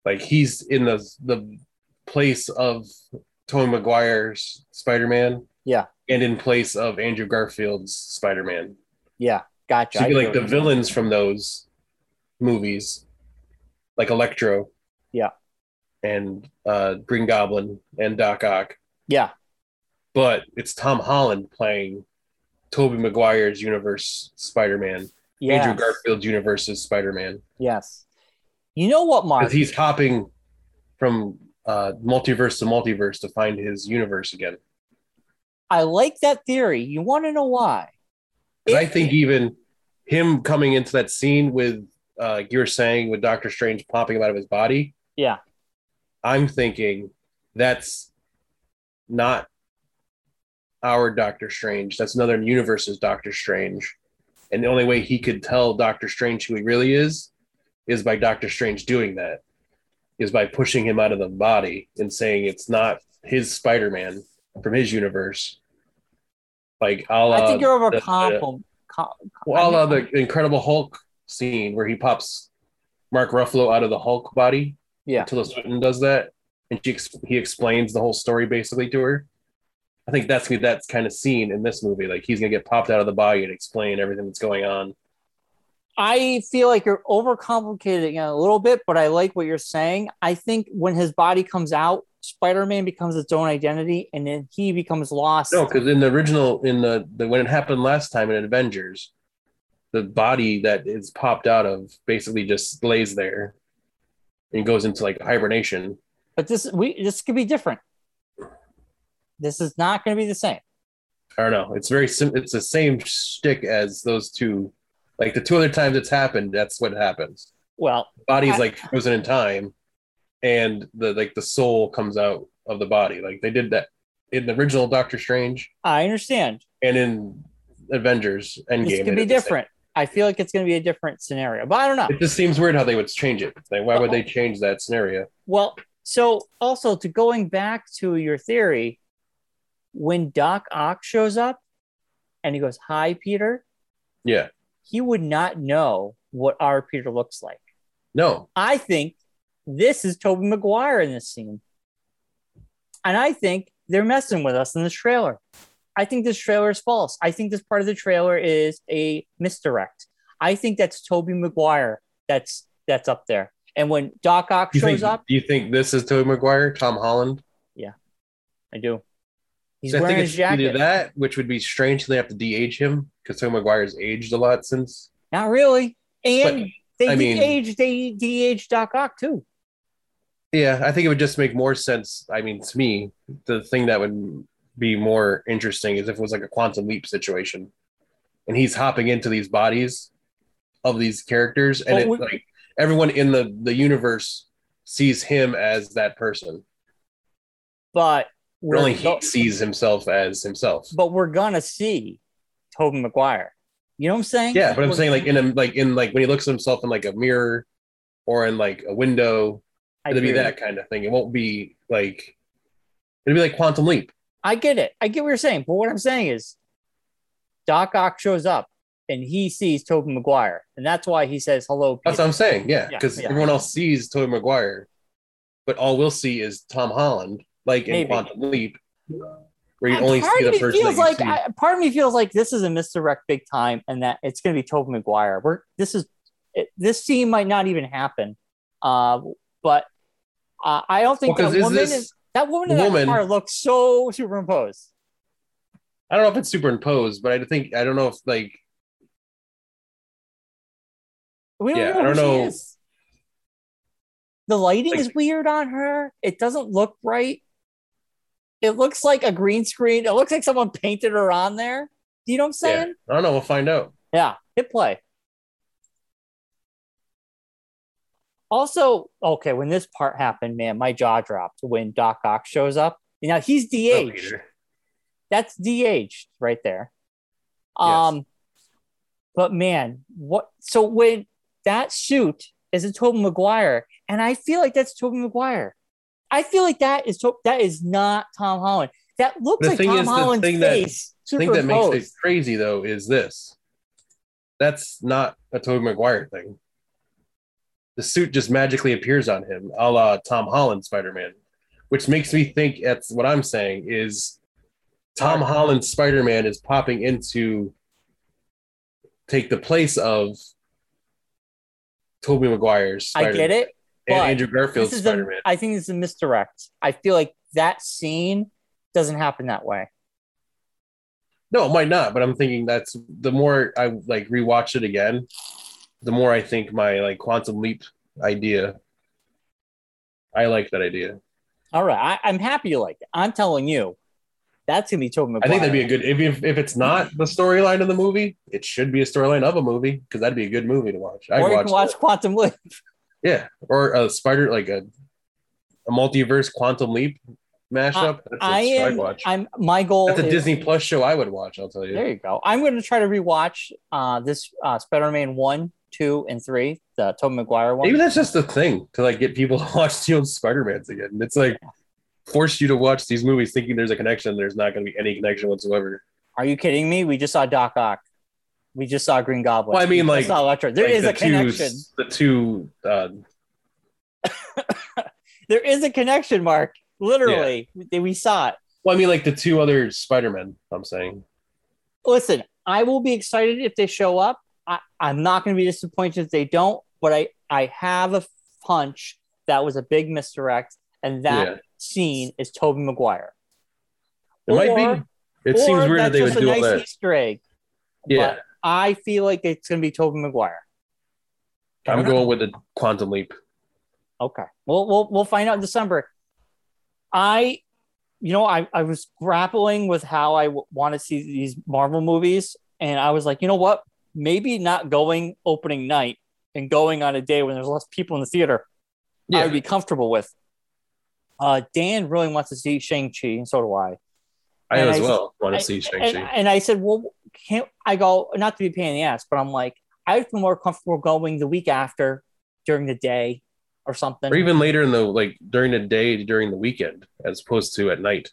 like he's in the the place of Tony Maguire's Spider Man, Yeah. and in place of Andrew Garfield's Spider Man. Yeah, gotcha. So I you get get, like what the you mean. villains from those movies, like Electro, Yeah. and uh, Green Goblin and Doc Ock. Yeah, but it's Tom Holland playing Toby Maguire's universe Spider-Man, Yes. Andrew Garfield's universe is Spider-Man. Yes. You know what, Mark? Because he's hopping from uh, multiverse to multiverse to find his universe again. I like that theory. You want to know why? 'Cause I If- think even him coming into that scene with uh, like you were saying with Doctor Strange popping him out of his body. Yeah. I'm thinking that's not our Doctor Strange. That's another universe's Doctor Strange. And the only way he could tell Doctor Strange who he really is is by Doctor Strange doing that, is by pushing him out of the body and saying it's not his Spider Man from his universe. Like, a la, I think you're over the- compl- com- well, uh, the Incredible Hulk scene where he pops Mark Ruffalo out of the Hulk body. Yeah. Tilda Swinton does that, and she ex- he explains the whole story basically to her. I think that's gonna be that kind of scene in this movie. Like he's gonna get popped out of the body and explain everything that's going on. I feel like you're overcomplicating it a little bit, but I like what you're saying. I think when his body comes out, Spider-Man becomes its own identity, and then he becomes lost. No, because in the original, in the, the when it happened last time in Avengers, the body that is popped out of basically just lays there and goes into like hibernation. But this we this could be different. This is not going to be the same. I don't know. It's very sim- it's the same shtick as those two. Like the two other times it's happened, that's what happens. Well, The body's I- like frozen in time, and the like the soul comes out of the body. Like they did that in the original Doctor Strange I understand. and in Avengers Endgame. This they could be did the same. different. I feel like it's going to be a different scenario, but I don't know. It just seems weird how they would change it. Like why would they change that scenario? Well, so also to going back to your theory, when Doc Ock shows up and he goes, Hi, Peter, Yeah. he would not know what our Peter looks like. No. I think this is Toby Maguire in this scene. And I think they're messing with us in this trailer. I think this trailer is false. I think this part of the trailer is a misdirect. I think that's Toby Maguire that's that's up there. And when Doc Ock You shows think, up, do you think this is Tobey Maguire, Tom Holland? I do. He's So I wearing think his it's either jacket. that, which would be strange. so They have to de-age him because Tobey Maguire's aged a lot since Not really. And they I mean- de-aged, they de-aged Doc Ock too. Yeah, I think it would just make more sense. I mean, to me, the thing that would be more interesting is if it was like a quantum leap situation, and he's hopping into these bodies of these characters, and Well, it, we- like everyone in the the universe sees him as that person. But But we're Only go- he sees himself as himself. but we're gonna see Tobey Maguire. You know what I'm saying? Yeah, but I'm We're- saying like in a like in like when he looks at himself in like a mirror or in like a window, I it'll be agree. that kind of thing. It won't be like it'll be like quantum leap. I get it. I get what you're saying. But what I'm saying is Doc Ock shows up and he sees Tobey Maguire. And that's why he says hello. That's Peter." what I'm saying. Yeah, Yeah, because yeah. everyone else sees Tobey Maguire, but all we'll see is Tom Holland, like in Maybe. Quantum Leap, where you And only see part of the me person. That feels you like see. I, part of me feels like this is a misdirect big time, and that it's going to be Tobey Maguire. We're this is it, this scene might not even happen, uh, but uh, I don't think Well, 'cause that is woman this- is that woman in that woman- car looks so superimposed. I don't know if it's superimposed, but I think I don't know if like We don't Yeah, know I who don't she know. is. The lighting Like- is weird on her. It doesn't look right. It looks like a green screen. It looks like someone painted her on there. Do you know what I'm yeah, saying? I don't know. We'll find out. Yeah, hit play. Also, okay, when this part happened, man, my jaw dropped when Doc Ock shows up. Now he's Oh, DH. Peter. That's DH right there. Yes. Um, but man, what? So when that suit is a Tobey Maguire, and I feel like that's Tobey Maguire. I feel like that is to- that is not Tom Holland. That looks The like thing Tom is, the Holland's thing that- face. The thing that makes it superimposed. crazy though is this. That's not a Tobey Maguire thing. The suit just magically appears on him, a la Tom Holland Spider Man, which makes me think that's what I'm saying is Tom Holland Spider Man is popping into take the place of Tobey Maguire's I Spider get Man it. and but Andrew Garfield's This is Spider a, Man. I think this is a misdirect. I feel like that scene doesn't happen that way. No, it might not, but I'm thinking that's the more I like rewatch it again, the more I think my like quantum leap idea. I like that idea. All right, I, I'm happy you like it. I'm telling you, that's gonna be Tobey Maguire. I think that'd be a good if if, if it's not the storyline of the movie, it should be a storyline of a movie because that'd be a good movie to watch. I'd Or you watch, can watch Quantum Leap. that. yeah, or a spider like a a multiverse quantum leap mashup. That's I what am. I'd watch. I'm. My goal. That's a is- Disney Plus show I would watch. I'll tell you. There you go. I'm going to try to rewatch uh, this uh, Spider-Man one, two, and three, the Tobey Maguire one. Maybe that's just the thing to like get people to watch the old Spider Mans again. It's like force you to watch these movies thinking there's a connection. There's not going to be any connection whatsoever. Are you kidding me? We just saw Doc Ock. We just saw Green Goblin. Well, I mean, We like- just saw Electro. There Like, is the a connection. Two, the two. Uh, There is a connection, Mark. Literally, we we saw it. well, I mean, like the two other Spider Men. I'm saying. Listen, I will be excited if they show up. I, I'm not going to be disappointed if they don't. But I, I have a hunch that was a big misdirect, and that yeah, scene is Tobey Maguire. it might Or- be. It or seems weird that that's they would just a do all nice that. Easter egg. Yeah, I feel like it's going to be Tobey Maguire. I I'm don't know. going with the quantum leap. Okay. We'll we'll we'll find out in December. I you know, I, I was grappling with how I w- want to see these Marvel movies. And I was like, you know what? Maybe not going opening night and going on a day when there's less people in the theater, I Yeah, would be comfortable with. Uh, Dan really wants to see Shang-Chi, and so do I. I and as I- well want I- to see Shang and, Chi. and I said, well, can't I go? Not to be a pain in the ass, but I'm like, I feel more comfortable going the week after during the day or something. Or even later in the like during the day during the weekend as opposed to at night,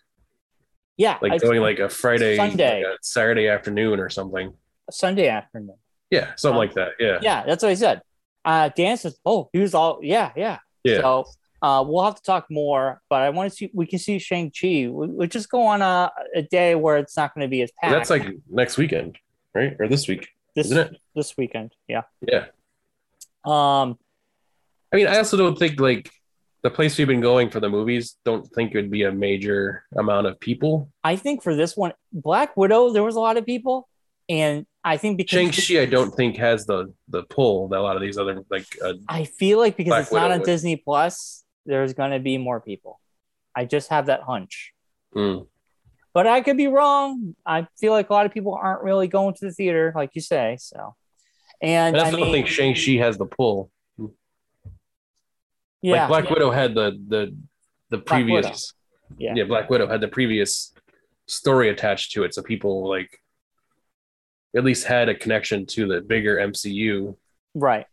yeah, like I- going like a Friday, Sunday. like a Saturday afternoon or something. Sunday afternoon. Yeah, something like that. Yeah, Yeah, that's what I said. Uh, Dan says, oh, he was all, yeah, yeah. yeah. So uh, we'll have to talk more, but I want to see, we can see Shang-Chi. We, we just go on a, a day where it's not going to be as packed That's like next weekend, right? Or this week, this, isn't it? this weekend. Yeah. Yeah. Um, I mean, I also don't think like the place we've been going for the movies. Don't think it would be a major amount of people. I think for this one, Black Widow, there was a lot of people. And I think because Shang Chi, I don't think has the the pull that a lot of these other like. Uh, I feel like because Black it's not Widow on would. Disney Plus, there's going to be more people. I just have that hunch. mm. But I could be wrong. I feel like a lot of people aren't really going to the theater, like you say. So, and And I I still mean, think Shang Chi has the pull. yeah, like Black yeah. Widow had the the the previous. Yeah. yeah, Black Widow had the previous story attached to it, so people like at least had a connection to the bigger MCU right.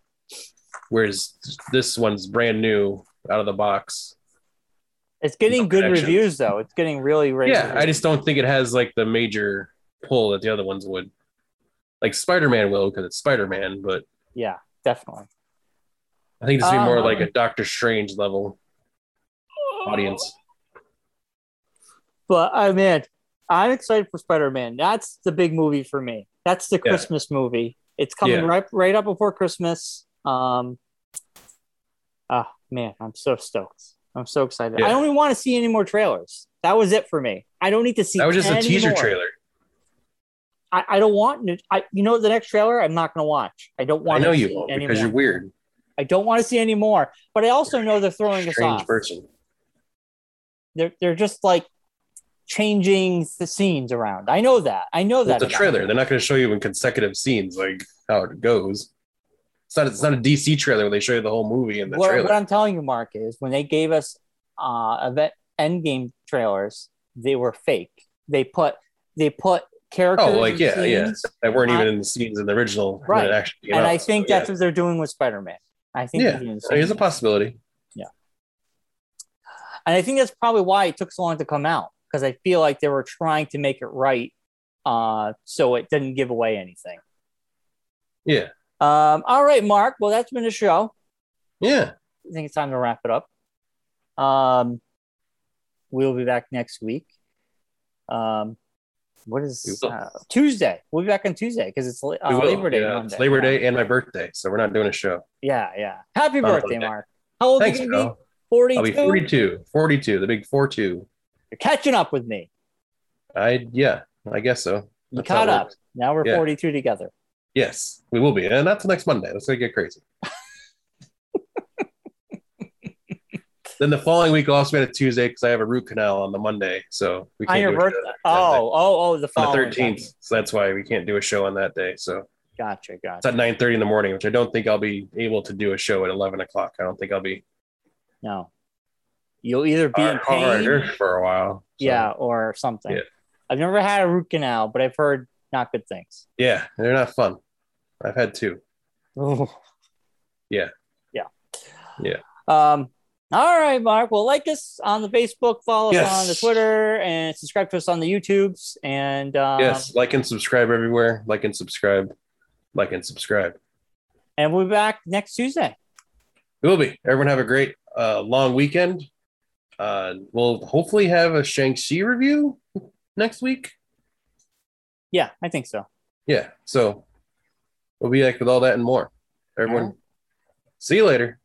whereas this one's brand new out of the box It's getting No good connection. reviews though. It's getting really great. yeah i reviews. just don't think it has like the major pull that the other ones would like spider-man will because it's spider-man but yeah, definitely. i think this would be more Uh-huh. like a doctor strange level audience Oh, But I mean, I'm excited for Spider Man. That's the big movie for me. That's the Yeah. Christmas movie. It's coming Yeah. right right up before Christmas. Um, ah, man, I'm so stoked. I'm so excited. I Yeah. don't even want to see any more trailers. That was it for me. I don't need to see. that was just a any teaser more. trailer I, I don't want. new- I you know the next trailer I'm not going to watch. I don't i want. know to you see won't any because more. you're weird I don't want to see any more. But I also know they're throwing us strange off. person They're they're just like changing the scenes around. I know that. I know that. it's a about trailer they're not going to show you in consecutive scenes like how it goes it's not it's not a dc trailer where they show you the whole movie in the what, trailer what I'm telling you, Mark, is when they gave us uh event endgame trailers, they were fake. They put they put characters. Oh, like, and yeah, yeah. scenes, that weren't even I- in the scenes in the original when Right. it actually came And out. I think So, yeah. that's what they're doing with Spider-Man. I think Yeah. they're doing the I mean, same it's a thing. possibility. and I think that's probably why it took so long to come out because I feel like they were trying to make it right, uh, so it didn't give away anything. Yeah. Um, all right, Mark. Well, that's been the show. Yeah. I think it's time to wrap it up. Um, we'll be back next week. Um, what is We will. uh, Tuesday? We'll be back on Tuesday because it's uh, We will. Labor Day. Yeah, Monday. It's Labor Day and my birthday, so we're not doing a show. Yeah, yeah. Happy Happy birthday, birthday. Mark. How old Thanks, are you going to bro. be? 42? I'll be 42. 42, the big 4 2. You're catching up with me. I, yeah, I guess so. You That's how caught it up. works. Now we're Yeah. 42 together. Yes, we will be, and that's next Monday. That's gonna get crazy. then the following week, I'll also be on a Tuesday because I have a root canal on the Monday, so we On can't your do a birthday. show Oh, oh, oh, the on the following. thirteenth. So that's why we can't do a show on that day. So Gotcha, it's gotcha. at nine thirty in the morning, which I don't think I'll be able to do a show at eleven o'clock. I don't think I'll be No. You'll either be in hard pain. harder for a while. So, yeah, or something. Yeah. I've never had a root canal, but I've heard not good things. yeah, they're not fun. I've had two. Yeah. Yeah. Yeah. Um, all right, Mark. Well, like us on the Facebook, follow Yes. us on the Twitter, and subscribe to us on the YouTubes. And um, yes, like and subscribe everywhere. Like and subscribe. Like and subscribe. and we'll be back next Tuesday. We will be. Everyone have a great uh, long weekend. Uh, we'll hopefully have a Shang-Chi review next week. Yeah, I think so. Yeah. So we'll be back with all that and more. Everyone, All right. see you later.